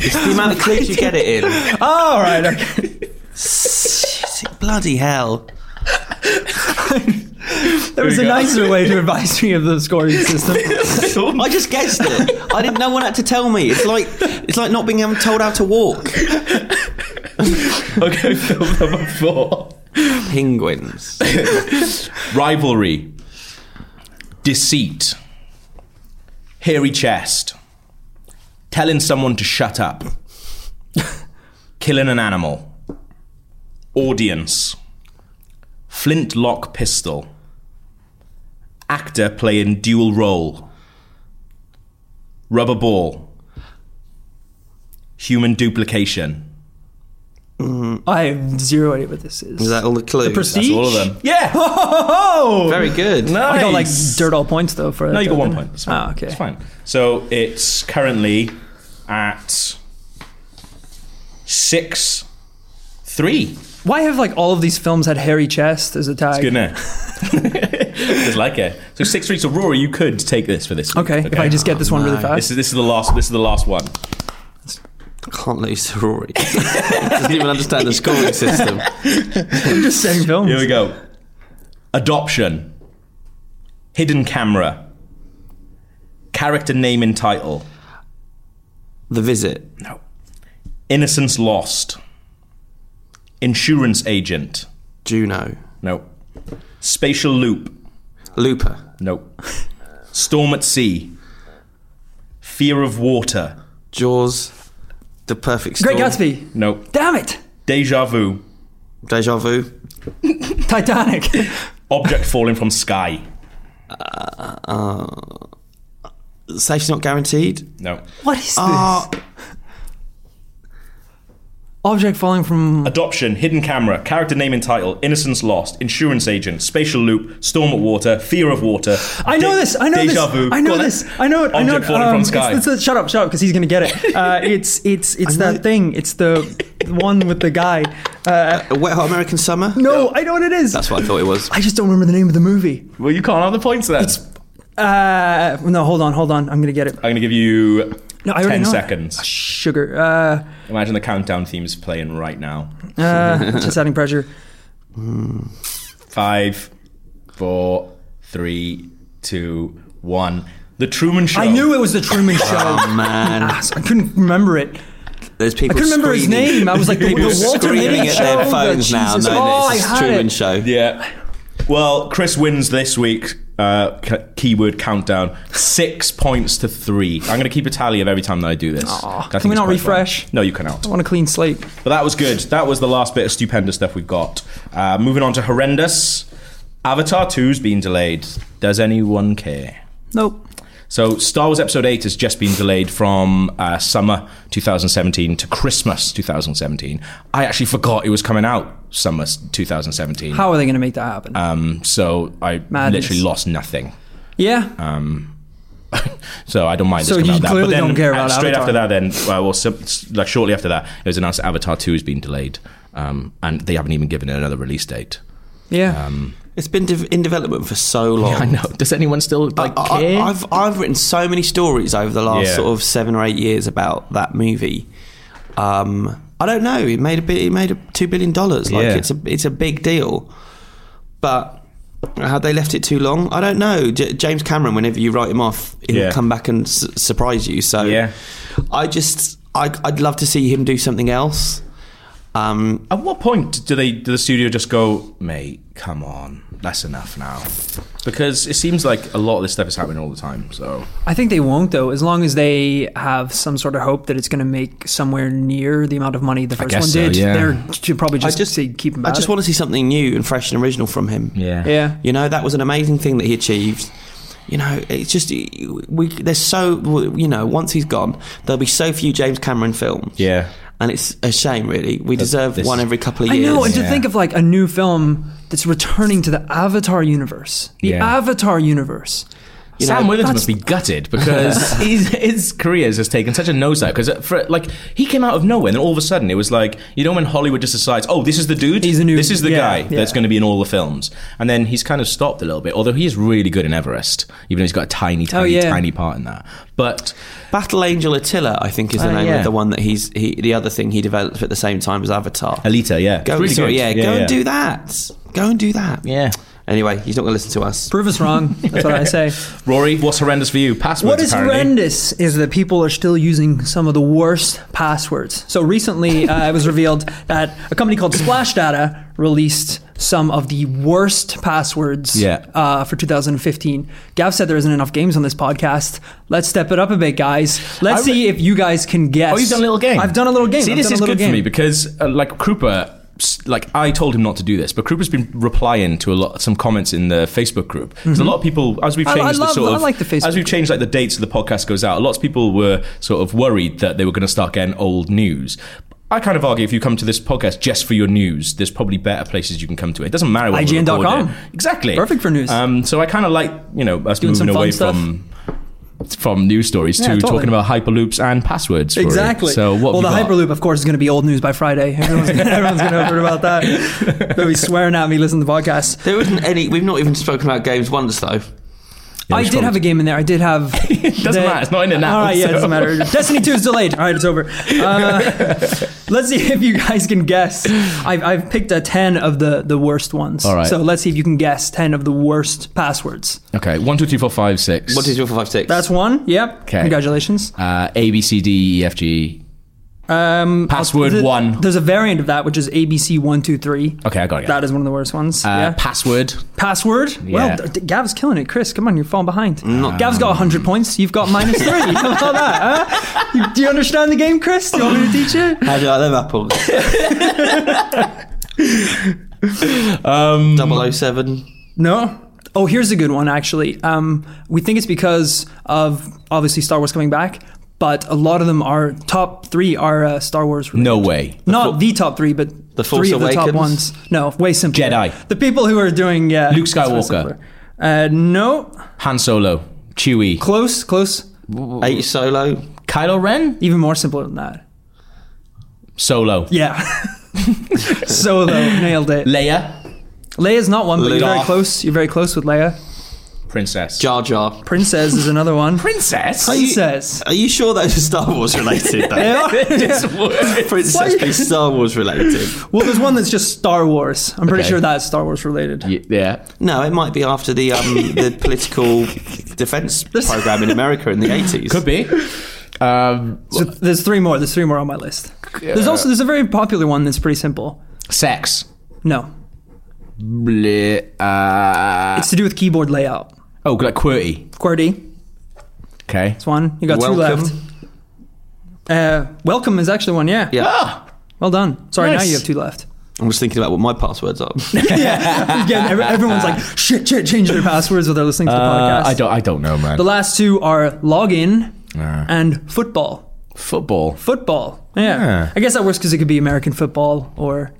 Speaker 1: It's the amount of clues you get it in.
Speaker 3: Oh, all right. Okay.
Speaker 1: Shit, bloody hell.
Speaker 3: There was
Speaker 2: we
Speaker 3: a
Speaker 2: go.
Speaker 3: nicer way to advise me of the scoring system.
Speaker 1: I just guessed it. I didn't. No one had to tell me. It's like it's like not being told how to walk.
Speaker 2: okay, film number four.
Speaker 1: Penguins.
Speaker 2: Rivalry. Deceit. Hairy chest. Telling someone to shut up. Killing an animal. Audience. Flintlock pistol. Actor playing dual role. Rubber ball. Human duplication.
Speaker 3: I have zero idea what this is.
Speaker 1: Is that all the clues?
Speaker 3: Prestige.
Speaker 2: That's all of them.
Speaker 3: Yeah. Oh,
Speaker 1: Very good. No.
Speaker 3: I got like
Speaker 2: Nice.
Speaker 3: dirt all points though for.
Speaker 2: No, you got one point. It's fine.
Speaker 3: Ah, okay.
Speaker 2: It's fine. So it's currently at six three.
Speaker 3: Why have like all of these films had hairy chest as a tag?
Speaker 2: Good now. Just like it. So six three. So Rory, you could take this for this. week,
Speaker 3: Okay, Ah, if I just get this one really
Speaker 1: no.
Speaker 3: fast.
Speaker 2: This is this is the last. This is the last one.
Speaker 1: Can't lose to Rory. Doesn't even understand the scoring system.
Speaker 3: I'm just saying films.
Speaker 2: Here we go. Adoption. Hidden camera. Character name and title.
Speaker 1: The Visit.
Speaker 2: No. Innocence Lost. Insurance Agent.
Speaker 1: Juno.
Speaker 2: No. Spatial Loop.
Speaker 1: Looper.
Speaker 2: No. Storm at Sea. Fear of Water.
Speaker 1: Jaws. The Perfect Storm.
Speaker 3: Great Gatsby.
Speaker 2: No.
Speaker 3: Damn it.
Speaker 2: Deja Vu.
Speaker 1: Deja Vu.
Speaker 3: Titanic.
Speaker 2: Object Falling from Sky.
Speaker 1: Safety's not guaranteed.
Speaker 2: No.
Speaker 3: what is this?
Speaker 1: Ah.
Speaker 3: Object falling from.
Speaker 2: Adoption, hidden camera, character name and title, innocence lost, insurance agent, spatial loop, storm at water, fear of water.
Speaker 3: I know
Speaker 2: de-
Speaker 3: this. I know
Speaker 2: deja
Speaker 3: this.
Speaker 2: vu.
Speaker 3: I know
Speaker 2: Go on,
Speaker 3: this.
Speaker 2: then.
Speaker 3: I know it. I know it.
Speaker 2: Object falling
Speaker 3: Um,
Speaker 2: from
Speaker 3: it's-
Speaker 2: sky.
Speaker 3: it's the- shut up, shut up, because he's gonna get it. Uh, it's it's it's
Speaker 1: know
Speaker 3: that
Speaker 1: it.
Speaker 3: thing. It's the one with the guy. Uh,
Speaker 1: A Wet Hot American Summer.
Speaker 3: no, I know what it is.
Speaker 1: That's what I thought it was.
Speaker 3: I just don't remember the name of the movie.
Speaker 2: well, you can't have the points then.
Speaker 3: Uh, no, hold on, hold on. I'm gonna get it.
Speaker 2: I'm going to give you
Speaker 3: No, I already
Speaker 2: 10
Speaker 3: know. it.
Speaker 2: seconds.
Speaker 3: Sugar. Uh,
Speaker 2: Imagine the countdown theme is playing right now.
Speaker 3: uh, just adding pressure.
Speaker 2: Five, four, three, two, one. The Truman Show.
Speaker 3: I knew it was the Truman Show.
Speaker 1: Oh man,
Speaker 3: Ass, I couldn't remember it.
Speaker 1: there's people.
Speaker 3: I couldn't remember his
Speaker 1: screaming-
Speaker 3: name. I was like, the,
Speaker 1: People
Speaker 3: the Walter
Speaker 1: screaming
Speaker 3: Mitty
Speaker 1: at
Speaker 3: Show.
Speaker 1: their
Speaker 3: the
Speaker 1: phones now.
Speaker 3: Jesus-
Speaker 1: No, this
Speaker 3: oh, I
Speaker 1: is
Speaker 3: had
Speaker 1: Truman
Speaker 3: it.
Speaker 1: Show.
Speaker 2: Yeah. Well, Chris wins this week. Uh, c- keyword countdown six points to three. I'm going to keep a tally of every time that I do this. I think
Speaker 3: Can we
Speaker 2: it's
Speaker 3: not
Speaker 2: quite
Speaker 3: refresh?
Speaker 2: fun. No, you cannot.
Speaker 3: I want a clean slate.
Speaker 2: But that was good. That was the last bit of stupendous stuff we got. Uh, moving on to horrendous. Avatar 2's been delayed. Does anyone care?
Speaker 3: Nope.
Speaker 2: So, Star Wars Episode 8 has just been delayed from uh, summer 2017 to Christmas 2017. I actually forgot it was coming out summer 2017.
Speaker 3: How are they going to make that happen?
Speaker 1: Uh,
Speaker 2: Um, so I
Speaker 3: Madness.
Speaker 2: literally lost nothing.
Speaker 3: yeah.
Speaker 1: uh,
Speaker 2: So I don't mind. This
Speaker 3: So
Speaker 2: coming
Speaker 3: you
Speaker 2: out that.
Speaker 3: clearly
Speaker 2: but then,
Speaker 3: don't care about
Speaker 2: uh, straight
Speaker 3: Avatar.
Speaker 2: after that. Then well, well some, like shortly after that, it was announced that Avatar Two has been delayed, um, and they haven't even given it another release date.
Speaker 3: yeah.
Speaker 1: um, It's been de- in development for so
Speaker 3: Oh.
Speaker 1: long.
Speaker 2: I know. Does anyone still like care?
Speaker 1: I, have I've written so many stories over the last
Speaker 2: Yeah.
Speaker 1: sort of seven or eight years about that movie. Um, I don't know. It made a bit. It made a two billion dollars. Like
Speaker 2: Yeah.
Speaker 1: it's a it's a big deal. But have they left it too long? I don't know. J- James Cameron, whenever you write him off, he'll
Speaker 2: Yeah.
Speaker 1: come back and s- surprise you. So
Speaker 2: Yeah.
Speaker 1: I just I, I'd love to see him do something else. Um,
Speaker 2: At what point do they do the studio just go, mate? Come on, that's enough now, because it seems like a lot of this stuff is happening all the time. So
Speaker 3: I think they won't though, as long as they have some sort of hope that it's going to make somewhere near the amount of money the first
Speaker 2: guess
Speaker 3: one
Speaker 2: so,
Speaker 3: did.
Speaker 2: yeah.
Speaker 3: They're should probably just,
Speaker 1: I just
Speaker 3: say, keep them.
Speaker 1: I just want to see something new and fresh and original from him.
Speaker 2: yeah,
Speaker 3: Yeah.
Speaker 1: You know, that was an amazing thing that he achieved. You know, it's just we. There's so you know. Once he's gone, there'll be so few James Cameron films.
Speaker 2: yeah.
Speaker 1: and it's a shame, really. We deserve
Speaker 2: this-
Speaker 1: one every couple of
Speaker 3: I
Speaker 1: years.
Speaker 3: know, and to
Speaker 2: Yeah.
Speaker 3: think of like a new film that's returning to the Avatar universe, the
Speaker 2: Yeah.
Speaker 3: Avatar universe.
Speaker 2: Sam
Speaker 1: know,
Speaker 2: Williams
Speaker 3: that's-
Speaker 2: must be gutted because his, his career has just taken such a nosedive. Because uh, for like he came out of nowhere, and all of a sudden it was like you know when Hollywood just decides, oh, this is the dude,
Speaker 3: He's the new-
Speaker 2: this is the
Speaker 3: yeah,
Speaker 2: guy
Speaker 3: yeah.
Speaker 2: that's going to be in all the films, and then he's kind of stopped a little bit. Although he is really good in Everest, even though he's got a tiny, tiny,
Speaker 3: yeah.
Speaker 2: tiny part in that. But
Speaker 1: Battle Angel Attila, I think, is
Speaker 3: Oh,
Speaker 1: the
Speaker 2: Uh,
Speaker 1: name
Speaker 2: yeah.
Speaker 1: of the one that he's he, the other thing he developed at the same time as Avatar.
Speaker 2: Alita, yeah,
Speaker 1: Go,
Speaker 2: it's really
Speaker 1: sorry,
Speaker 2: good.
Speaker 1: yeah, go and do that. Go and do that.
Speaker 2: Yeah.
Speaker 1: Anyway, he's not going to listen to us.
Speaker 3: Prove us wrong. That's what I say.
Speaker 2: Rory, what's horrendous for you? Passwords,
Speaker 3: What is
Speaker 2: apparently.
Speaker 3: horrendous is that people are still using some of the worst passwords. So recently, uh, it was revealed that a company called Splash Data released some of the worst passwords
Speaker 2: Yeah.
Speaker 3: uh, for 2015. Gav said there isn't enough games on this podcast. Let's step it up a bit, guys. Let's
Speaker 2: I re-
Speaker 3: see if you guys can guess.
Speaker 2: Oh, you've done a little game.
Speaker 3: I've done a little game.
Speaker 2: See,
Speaker 3: I've
Speaker 2: this
Speaker 3: done a
Speaker 2: is
Speaker 3: little
Speaker 2: good
Speaker 3: game.
Speaker 2: for me because, uh, like, Krupa, s- like, I told him not to do this, but Krupa's been replying to a lot some comments in the Facebook group. Because a lot of people, as we've
Speaker 3: Mm-hmm. I- I
Speaker 2: changed the
Speaker 3: love-
Speaker 2: sort
Speaker 3: I
Speaker 2: of,
Speaker 3: like the Facebook
Speaker 2: as we've changed like the dates of the podcast goes out, lots of people were sort of worried that they were going to start getting old news. I kind of argue if you come to this podcast just for your news, there's probably better places you can come to it. It doesn't matter. when we
Speaker 3: IGN.com.
Speaker 2: record it. Exactly.
Speaker 3: Perfect for news.
Speaker 2: Um, so I kind of like you know us
Speaker 3: Doing some
Speaker 2: moving
Speaker 3: fun
Speaker 2: away
Speaker 3: stuff.
Speaker 2: from from news stories
Speaker 3: Yeah,
Speaker 2: to
Speaker 3: totally.
Speaker 2: talking about hyperloops and passwords. for it.
Speaker 3: Exactly.
Speaker 2: So what?
Speaker 3: well, the
Speaker 2: have you got?
Speaker 3: Hyperloop, of course, is going to be old news by Friday. Everyone's, everyone's going to have heard about that. They'll be swearing at me listening to the podcast.
Speaker 1: There isn't any. We've not even spoken about games once, though.
Speaker 2: Yeah,
Speaker 3: I
Speaker 2: we should
Speaker 3: did have a
Speaker 2: probably-
Speaker 3: game in there. I did have. it
Speaker 2: doesn't matter. It's not in it now,
Speaker 3: All right, yeah, it
Speaker 2: so.
Speaker 3: doesn't matter. Destiny 2 is delayed. All right, it's over. Uh, let's see if you guys can guess. I've, I've picked a 10 of the, the worst ones.
Speaker 2: All right.
Speaker 3: So let's see if you can guess 10 of the worst passwords.
Speaker 2: Okay, one, two, three, four, five, six.
Speaker 1: What is your four five six?
Speaker 3: That's one. Yep.
Speaker 2: 'Kay.
Speaker 3: Congratulations.
Speaker 2: uh, A B C D E F G?
Speaker 3: Um,
Speaker 2: Password
Speaker 3: I'll- the-
Speaker 2: one.
Speaker 3: There's a variant of that, which is ABC123.
Speaker 2: Okay, I got it.
Speaker 3: That is one of the worst ones.
Speaker 2: uh,
Speaker 3: yeah.
Speaker 2: Password.
Speaker 3: Password?
Speaker 2: Yeah.
Speaker 3: Well, th- th- Gav's killing it. Chris, come on, you're falling behind. Gav's got 100 points. You've got minus three. How about that? Huh? You- do you understand the game, Chris? Do you want me to teach you?
Speaker 1: How do you like them apples?
Speaker 2: Um,
Speaker 1: 007.
Speaker 3: No. Oh, here's a good one, actually. Um, we think it's because of obviously Star Wars coming back, but a lot of them are top three are uh, Star Wars related.
Speaker 2: no way.
Speaker 3: Not
Speaker 1: Fo-
Speaker 3: the top three, but
Speaker 1: The Force
Speaker 3: three of the top
Speaker 1: Awakens?
Speaker 3: ones. No, way simpler.
Speaker 2: Jedi.
Speaker 3: The people who are doing yeah,
Speaker 2: Luke
Speaker 3: it's way
Speaker 2: Skywalker.
Speaker 3: simpler. Uh, no,
Speaker 2: Han Solo. Chewie.
Speaker 3: close, close.
Speaker 1: Eight solo.
Speaker 2: Kylo Ren.
Speaker 3: Even more simpler than that.
Speaker 2: Solo.
Speaker 3: Yeah. Solo nailed it.
Speaker 2: Leia.
Speaker 3: Leia's not one, but you're very
Speaker 1: Darth.
Speaker 3: close. You're very close with Leia.
Speaker 2: Princess.
Speaker 1: Jar Jar.
Speaker 3: Princess is another one.
Speaker 2: Princess.
Speaker 3: Princess.
Speaker 1: Are you sure those are Star Wars related though? Princess be Star Wars related.
Speaker 3: Well, there's one that's just Star Wars. I'm pretty
Speaker 2: Okay.
Speaker 3: sure that's Star Wars related.
Speaker 2: yeah.
Speaker 1: No, it might be after the um, the political defense program in America in the eighties.
Speaker 2: Could be. Um,
Speaker 3: So there's three more. There's three more on my list. There's also there's a very popular one that's pretty simple.
Speaker 2: sex.
Speaker 3: No,
Speaker 2: Bleh, uh,
Speaker 3: it's to do with keyboard layout.
Speaker 2: oh, like QWERTY.
Speaker 3: QWERTY.
Speaker 2: Okay.
Speaker 3: It's one. You got
Speaker 1: Welcome.
Speaker 3: two left. Uh, welcome is actually one. Yeah.
Speaker 1: Yeah.
Speaker 2: Ah,
Speaker 3: Well done. Sorry, now
Speaker 2: Nice.
Speaker 3: you have two left.
Speaker 1: I'm just thinking about what my passwords are.
Speaker 3: yeah. Again, every- everyone's like shit, shit, change their passwords while they're listening to the
Speaker 2: uh,
Speaker 3: podcast.
Speaker 2: I don't. I don't know, man.
Speaker 3: The last two are login
Speaker 2: Ah.
Speaker 3: and football.
Speaker 2: Football.
Speaker 3: Football. Yeah.
Speaker 2: Yeah.
Speaker 3: I guess that works because it could be American football or,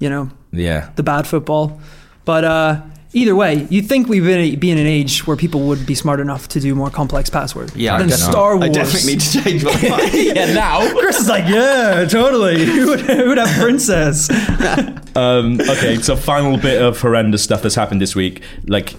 Speaker 3: you know,
Speaker 2: Yeah.
Speaker 3: the bad football. But uh, either way, you'd think we'd be, be in an age where people would be smart enough to do more complex passwords
Speaker 1: Yeah, I
Speaker 3: than
Speaker 1: definitely-
Speaker 3: Star Wars.
Speaker 1: I definitely need to change my.
Speaker 2: Yeah. Now.
Speaker 3: Chris is like, yeah, totally. Who would, who would have princess?
Speaker 2: Um, okay. So, final bit of horrendous stuff that's happened this week. Like,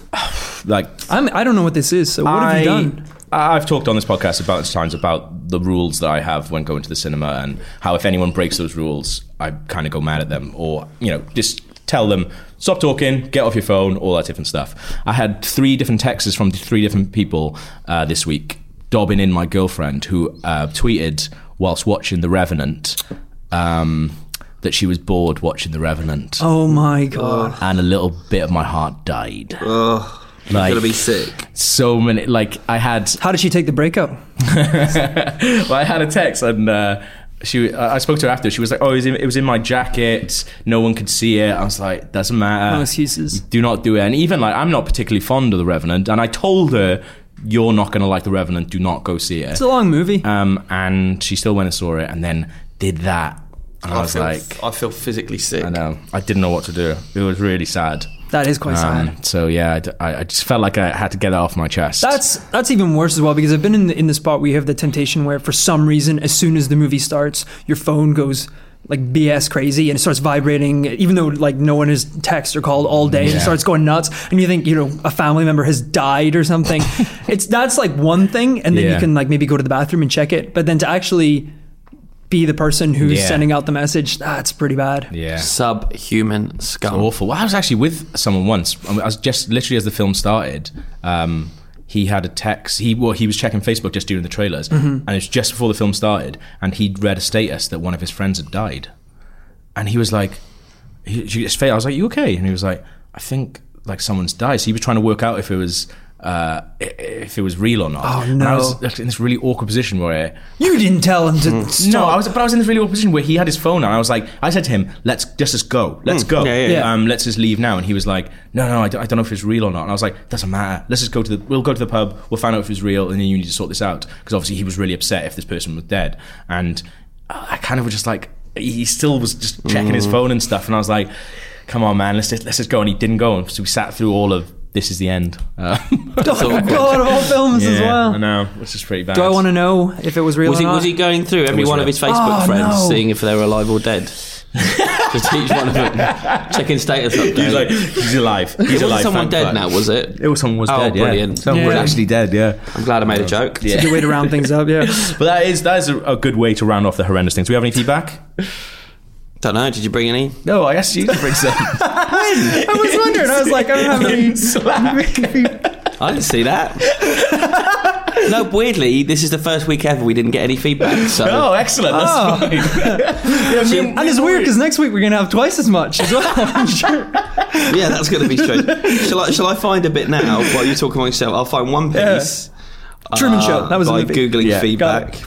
Speaker 2: like
Speaker 3: I'm, I don't know what this is. So what have you done?
Speaker 2: I- I've talked on this podcast about bunch of times about the rules that I have when going to the cinema and how if anyone breaks those rules, I kind of go mad at them or, you know, just tell them, stop talking, get off your phone, all that different stuff. I had three different texts from three different people uh, this week dobbing in my girlfriend who uh, tweeted whilst watching The Revenant um, that she was bored watching The Revenant.
Speaker 3: Oh
Speaker 1: Uh,
Speaker 3: my god.
Speaker 2: And a little bit of my heart died.
Speaker 1: Oh,
Speaker 2: Like-
Speaker 1: gonna be sick.
Speaker 2: So many, like, I had
Speaker 3: How did she take the breakup?
Speaker 2: well, I had a text and uh, she. I I spoke to her after. She was like, "Oh, it was, in, it was in my jacket. No one could see it." I was like, "Doesn't matter.
Speaker 3: No excuses.
Speaker 2: Do not do it." And even like, I'm not particularly fond of the Revenant, and I told her, "You're not going to like the Revenant. Do not go see it."
Speaker 3: It's a long movie.
Speaker 2: Um, and she still went and saw it, and then did that. And I, was
Speaker 1: feel,
Speaker 2: like,
Speaker 1: I feel physically sick.
Speaker 2: "I know. I didn't know what to do. It was really sad."
Speaker 3: that is quite sad.
Speaker 2: Um, so yeah, I d- I, I just felt like I had to get that off my chest.
Speaker 3: That's that's even worse as well because I've been in the, in the spot where you have the temptation where for some reason as soon as the movie starts your phone goes like BS crazy and it starts vibrating even though like no one has text or called all day and
Speaker 2: Yeah.
Speaker 3: it starts going nuts and you think you know a family member has died or something it's that's like one thing and then
Speaker 2: Yeah.
Speaker 3: you can like maybe go to the bathroom and check it but then to actually be the person who's
Speaker 2: Yeah.
Speaker 3: sending out the message that's pretty bad
Speaker 2: yeah.
Speaker 1: Subhuman scum.
Speaker 2: awful. Well, I was actually with someone once. I was just literally as the film started. Um, he had a text. He well, he was checking Facebook just during the trailers,
Speaker 3: Mm-hmm.
Speaker 2: and it was just before the film started. And he'd read a status that one of his friends had died, and he was like, he, she just failed. I was like, "You okay?" And he was like, "I think like someone's died." So he was trying to work out if it was. Uh, i- if it was real or not.
Speaker 3: Oh,
Speaker 2: And I
Speaker 3: no.
Speaker 2: was like, in this really awkward position where
Speaker 3: you didn't tell him to stop.
Speaker 2: no, I was, but I was in this really awkward position where he had his phone out. I was like, I said to him, "Let's just, just go, let's
Speaker 1: Mm,
Speaker 2: go,
Speaker 1: yeah, yeah,
Speaker 3: Hmm. yeah.
Speaker 2: Um, let's just leave now." And he was like, "No, no, I don't, I don't know if it's real or not." And I was like, "Doesn't matter. Let's just go to the, we'll go to the pub, we'll find out if it's real, and then you need to sort this out." Because obviously he was really upset if this person was dead, and I kind of was just like, he still was just checking
Speaker 3: Mm.
Speaker 2: his phone and stuff, and I was like, "Come on, man, let's just, let's just go." And he didn't go, and so we sat through all of this is the end. Uh,
Speaker 3: oh god of all films as well
Speaker 2: I know, which is pretty bad.
Speaker 3: do I want to know if it was real
Speaker 1: Was
Speaker 3: or
Speaker 1: he
Speaker 3: not?
Speaker 1: was he going through every
Speaker 2: was
Speaker 1: one
Speaker 2: real.
Speaker 1: of his Facebook
Speaker 3: Oh,
Speaker 1: friends,
Speaker 3: no.
Speaker 1: seeing if they were alive or dead? Just each one of them checking status update.
Speaker 2: He's like, he's alive. He's
Speaker 1: it wasn't
Speaker 2: alive.
Speaker 1: someone
Speaker 2: thank
Speaker 1: dead
Speaker 2: fuck.
Speaker 1: now, was it?
Speaker 2: It was someone was
Speaker 1: Oh,
Speaker 2: dead.
Speaker 1: brilliant.
Speaker 2: Yeah. Someone was
Speaker 3: Yeah.
Speaker 2: actually dead. Yeah.
Speaker 1: I'm glad I made a joke.
Speaker 2: Yeah.
Speaker 3: Good way to round things up. Yeah.
Speaker 2: But that is that is a, a good way to round off the horrendous things. Do we have any feedback?
Speaker 1: Don't know. Did you bring any?
Speaker 2: No, I asked you to bring some.
Speaker 3: I was wondering. I was like, I don't have
Speaker 2: In Slack.
Speaker 1: I didn't see that. no, weirdly, this is the first week ever we didn't get any feedback. So
Speaker 2: Oh, excellent. That's
Speaker 3: Oh.
Speaker 2: fine. Yeah, I mean,
Speaker 3: And it's weird because next week we're gonna have twice as much as well. I'm sure.
Speaker 1: yeah, that's going to be strange. shall I? Shall I find a bit now while you talk amongst yourself? I'll find one piece. uh,
Speaker 3: Truman Show. That was a
Speaker 1: by
Speaker 3: movie.
Speaker 1: googling
Speaker 2: Yeah.
Speaker 1: feedback.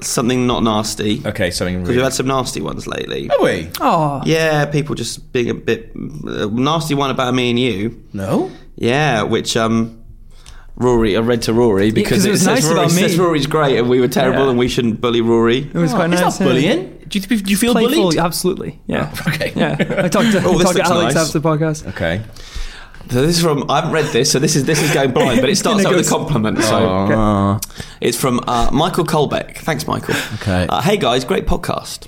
Speaker 1: Something not nasty. Because
Speaker 2: okay, something
Speaker 1: we've
Speaker 2: really.
Speaker 1: had some nasty ones lately.
Speaker 2: Have we?
Speaker 3: Oh,
Speaker 1: Yeah, people just being a bit a nasty one about me and you.
Speaker 2: No.
Speaker 1: Yeah, which um, Rory, I read to Rory because
Speaker 3: 'cause it
Speaker 1: it,
Speaker 3: was
Speaker 1: says
Speaker 3: nice
Speaker 1: Rory
Speaker 3: about me.
Speaker 1: says Rory's great and we were terrible and we shouldn't bully Rory.
Speaker 3: it was quite nice.
Speaker 2: It's not
Speaker 3: yeah.
Speaker 2: bullying. Do you, do you feel
Speaker 3: Playful,
Speaker 2: bullied?
Speaker 3: absolutely. Yeah.
Speaker 2: Okay.
Speaker 3: Yeah. I talked to,
Speaker 1: Oh,
Speaker 3: I
Speaker 1: this
Speaker 3: talked to
Speaker 1: looks
Speaker 3: Alex
Speaker 1: nice.
Speaker 3: after the podcast.
Speaker 2: Okay.
Speaker 1: So this is from I haven't read this, so this is this is going blind, but it starts out with a compliment. So
Speaker 3: Oh.
Speaker 2: Ah.
Speaker 1: It's from uh, Michael Colbeck. Thanks, Michael.
Speaker 2: Okay. Ah.
Speaker 1: Uh, hey, guys, great podcast.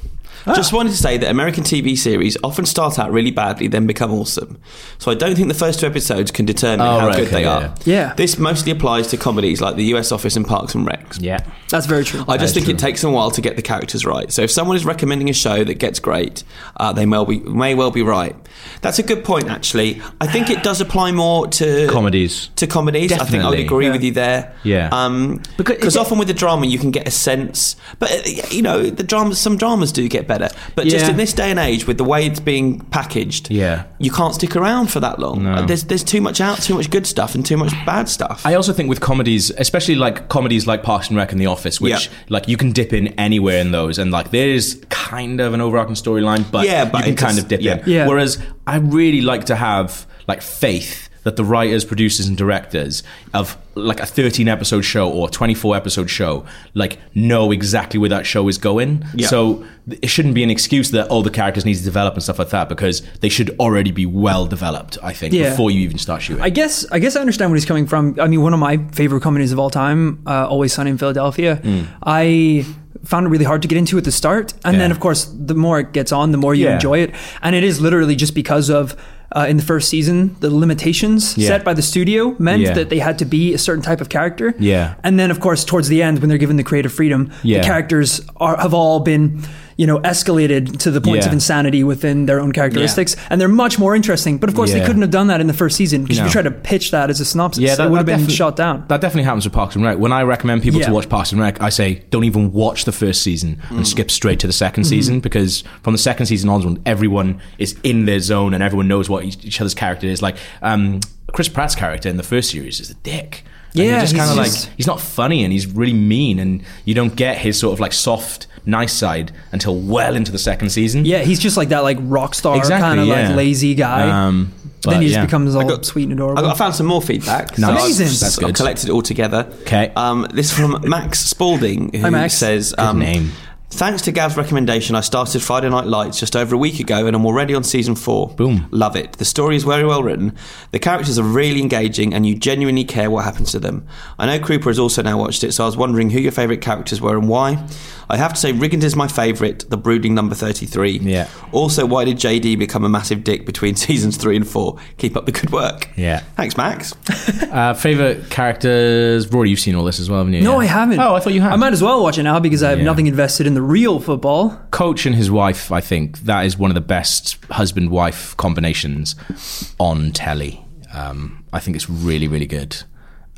Speaker 1: Just wanted to say that American TV series often start out really badly, then become awesome. So I don't think the first two episodes can determine
Speaker 2: Oh,
Speaker 1: how
Speaker 2: right,
Speaker 1: good
Speaker 2: okay,
Speaker 1: they
Speaker 2: yeah,
Speaker 1: are.
Speaker 3: yeah. Yeah.
Speaker 1: This mostly applies to comedies like The US Office and Parks and Recs.
Speaker 2: Yeah.
Speaker 3: That's very true.
Speaker 1: I just
Speaker 2: That's
Speaker 1: think it takes them a while to get the characters right. So if someone is recommending a show that gets great, uh, they may, be, may well be right. That's a good point, actually. I think it does apply more to
Speaker 2: Comedies.
Speaker 1: to comedies. I think I would
Speaker 2: Definitely.
Speaker 1: agree
Speaker 3: Yeah.
Speaker 1: with you there.
Speaker 2: Yeah.
Speaker 1: Um,
Speaker 2: Because-
Speaker 1: because often with the drama you can get a sense, but uh, you know the dramas. Some dramas do get better, but just
Speaker 3: Yeah.
Speaker 1: in this day and age, with the way it's being packaged,
Speaker 2: Yeah.
Speaker 1: you can't stick around for that long.
Speaker 2: No.
Speaker 1: Uh, There's there's too much out, too much good stuff, and too much bad stuff.
Speaker 2: I also think with comedies, especially like comedies like Parks and Rec and The Office, which
Speaker 1: Yeah.
Speaker 2: like you can dip in anywhere in those, and like there is kind of an overarching storyline, but
Speaker 1: Yeah, but
Speaker 2: you can
Speaker 1: it
Speaker 2: kind
Speaker 1: does-
Speaker 2: of dip
Speaker 1: yeah.
Speaker 2: in.
Speaker 3: Yeah.
Speaker 2: Whereas I really like to have like faith that the writers, producers, and directors of like a 13 episode show or 24 episode show like know exactly where that show is going.
Speaker 1: Yeah.
Speaker 2: So th- it shouldn't be an excuse that oh the characters need to develop and stuff like that because they should already be well developed. I think
Speaker 3: Yeah.
Speaker 2: before you even start shooting.
Speaker 3: I guess I guess I understand where he's coming from. I mean, one of my favorite comedies of all time, uh, Always Sunny in Philadelphia.
Speaker 2: Hmm.
Speaker 3: I found it really hard to get into at the start, and then
Speaker 2: Yeah.
Speaker 3: of course, the more it gets on, the more you
Speaker 2: Yeah.
Speaker 3: enjoy it. And it is literally just because of. Uh, in the first season, the limitations
Speaker 2: Yeah.
Speaker 3: set by the studio meant
Speaker 2: Yeah.
Speaker 3: that they had to be a certain type of character.
Speaker 2: Yeah.
Speaker 3: And then, of course, towards the end, when they're given the creative freedom,
Speaker 2: Yeah.
Speaker 3: the characters are, have all been, you know, escalated to the points
Speaker 2: Yeah.
Speaker 3: of insanity within their own characteristics, and they're much more interesting. But of course,
Speaker 2: Yeah.
Speaker 3: they couldn't have done that in the first season because
Speaker 2: No.
Speaker 3: if you try to pitch that as a synopsis,
Speaker 2: that-
Speaker 3: it would
Speaker 2: that
Speaker 3: have been
Speaker 2: definitely-
Speaker 3: shot down.
Speaker 2: That definitely happens with Parks and Rec. When I recommend people to
Speaker 3: Yeah. Mm.
Speaker 2: watch Parks and Rec, I say don't even watch the first season and skip straight to the 2nd
Speaker 3: Mm-hmm.
Speaker 2: season because from the second season onwards, everyone is in their zone and everyone knows what each, each other's character is. Like um, Chris Pratt's character in the first series is a dick. And you're
Speaker 3: Yeah,
Speaker 2: just
Speaker 3: he's
Speaker 2: kind of
Speaker 3: just-
Speaker 2: like he's not funny and he's really mean, and you don't get his sort of like soft, nice side until well into the second season.
Speaker 3: Yeah, he's just like that, like rock star
Speaker 2: Exactly,
Speaker 3: kind of
Speaker 2: yeah.
Speaker 3: like lazy guy.
Speaker 2: Um,
Speaker 3: then
Speaker 2: but
Speaker 3: he just
Speaker 2: yeah.
Speaker 3: becomes all
Speaker 1: got-
Speaker 3: sweet and
Speaker 1: I,
Speaker 3: adorable.
Speaker 1: got- I found some more feedback.
Speaker 2: Nice.
Speaker 1: I've-
Speaker 3: Amazing.
Speaker 2: That's
Speaker 1: I've
Speaker 2: good.
Speaker 1: collected it all together.
Speaker 2: 'Kay.
Speaker 1: Um, this is from Max Spalding, who
Speaker 3: Hi, Max.
Speaker 1: says, um,
Speaker 2: Good name.
Speaker 1: Thanks to Gav's recommendation, I started Friday Night Lights just over a week ago and I'm already on season four.
Speaker 2: Boom.
Speaker 1: Love it. The story is very well written, the characters are really engaging, and you genuinely care what happens to them. I know Krupa has also now watched it, so I was wondering who your favourite characters were and why. I have to say, Riggins is my favourite, the brooding number 33.
Speaker 2: Yeah.
Speaker 1: Also, why did JD become a massive dick between seasons three and four? Keep up the good work.
Speaker 2: Yeah.
Speaker 1: Thanks, Max.
Speaker 2: Uh, favorite characters, Rory. You've seen all this as well, haven't you?
Speaker 3: no,
Speaker 2: Yeah.
Speaker 3: I haven't.
Speaker 2: Oh, I thought you had.
Speaker 3: I might as well watch it now because I have
Speaker 2: Yeah.
Speaker 3: nothing invested in the real football.
Speaker 2: Coach and his wife. I think that is one of the best husband-wife combinations on telly. Um, I think it's really, really good.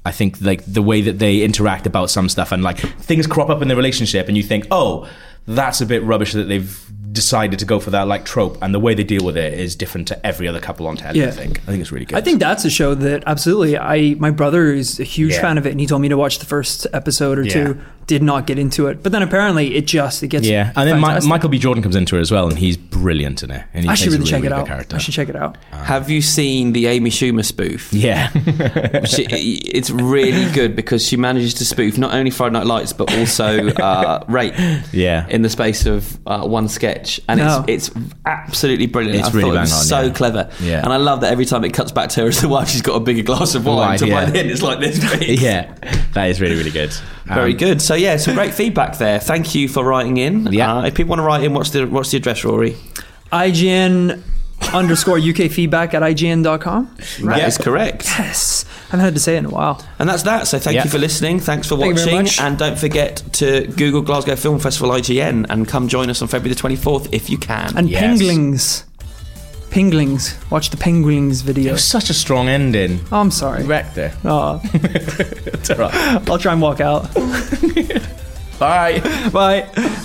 Speaker 2: I think like the way that they interact about some stuff and like things crop up in their relationship, and you think, oh, that's a bit rubbish that they've decided to go for that like trope, and the way they deal with it is different to every other couple on telly. I
Speaker 3: Yeah.
Speaker 2: think. I think it's really good.
Speaker 3: I think that's a show that absolutely. I my brother is a huge
Speaker 2: Yeah.
Speaker 3: fan of it, and he told me to watch the first episode or
Speaker 2: Yeah.
Speaker 3: two. Did not get into it, but then apparently it just it gets
Speaker 2: Yeah, and then Mi-
Speaker 3: fantastic.
Speaker 2: Michael B. Jordan comes into it as well, and he's brilliant in it. And he
Speaker 3: I should
Speaker 2: plays a
Speaker 3: really, check it
Speaker 2: good
Speaker 3: out.
Speaker 2: Character.
Speaker 3: I should check it out.
Speaker 1: Have you seen the Amy Schumer spoof?
Speaker 2: yeah.
Speaker 1: She, it's really good because she manages to spoof not only Friday Night Lights but also uh, rape.
Speaker 2: Yeah.
Speaker 1: In the space of uh, one sketch, and
Speaker 3: No.
Speaker 1: it's it's absolutely brilliant.
Speaker 2: It's
Speaker 1: I
Speaker 2: really
Speaker 1: thought it was
Speaker 2: bang on,
Speaker 1: so
Speaker 2: yeah.
Speaker 1: clever.
Speaker 2: Yeah.
Speaker 1: And I love that every time it cuts back to her as the wife, she's got a bigger glass of wine.
Speaker 2: Wine,
Speaker 1: so
Speaker 2: yeah.
Speaker 1: by the end, it's like this big.
Speaker 2: yeah, that is really really good. Um,
Speaker 1: Very good. So yeah, some great feedback there. Thank you for writing in.
Speaker 2: Yeah.
Speaker 1: Uh, if people want to write in, what's the what's the address, Rory?
Speaker 3: IGN underscore UK feedback at IGN.com.
Speaker 1: That is correct.
Speaker 3: Yes. I haven't had to say it in a while.
Speaker 1: And that's that. So thank
Speaker 2: Yeah.
Speaker 1: you for listening. Thanks for
Speaker 3: Thank you very
Speaker 1: watching.
Speaker 3: much.
Speaker 1: And don't forget to Google Glasgow Film Festival IGN and come join us on February the 24th if you can.
Speaker 3: And
Speaker 2: Yes.
Speaker 3: Pinglings. Pinglings. Watch the Pinglings video.
Speaker 2: Such a strong ending.
Speaker 3: Oh, I'm sorry.
Speaker 2: Wrecked there.
Speaker 3: Oh,
Speaker 2: It's all right.
Speaker 3: I'll try and walk out.
Speaker 2: Bye.
Speaker 3: Bye.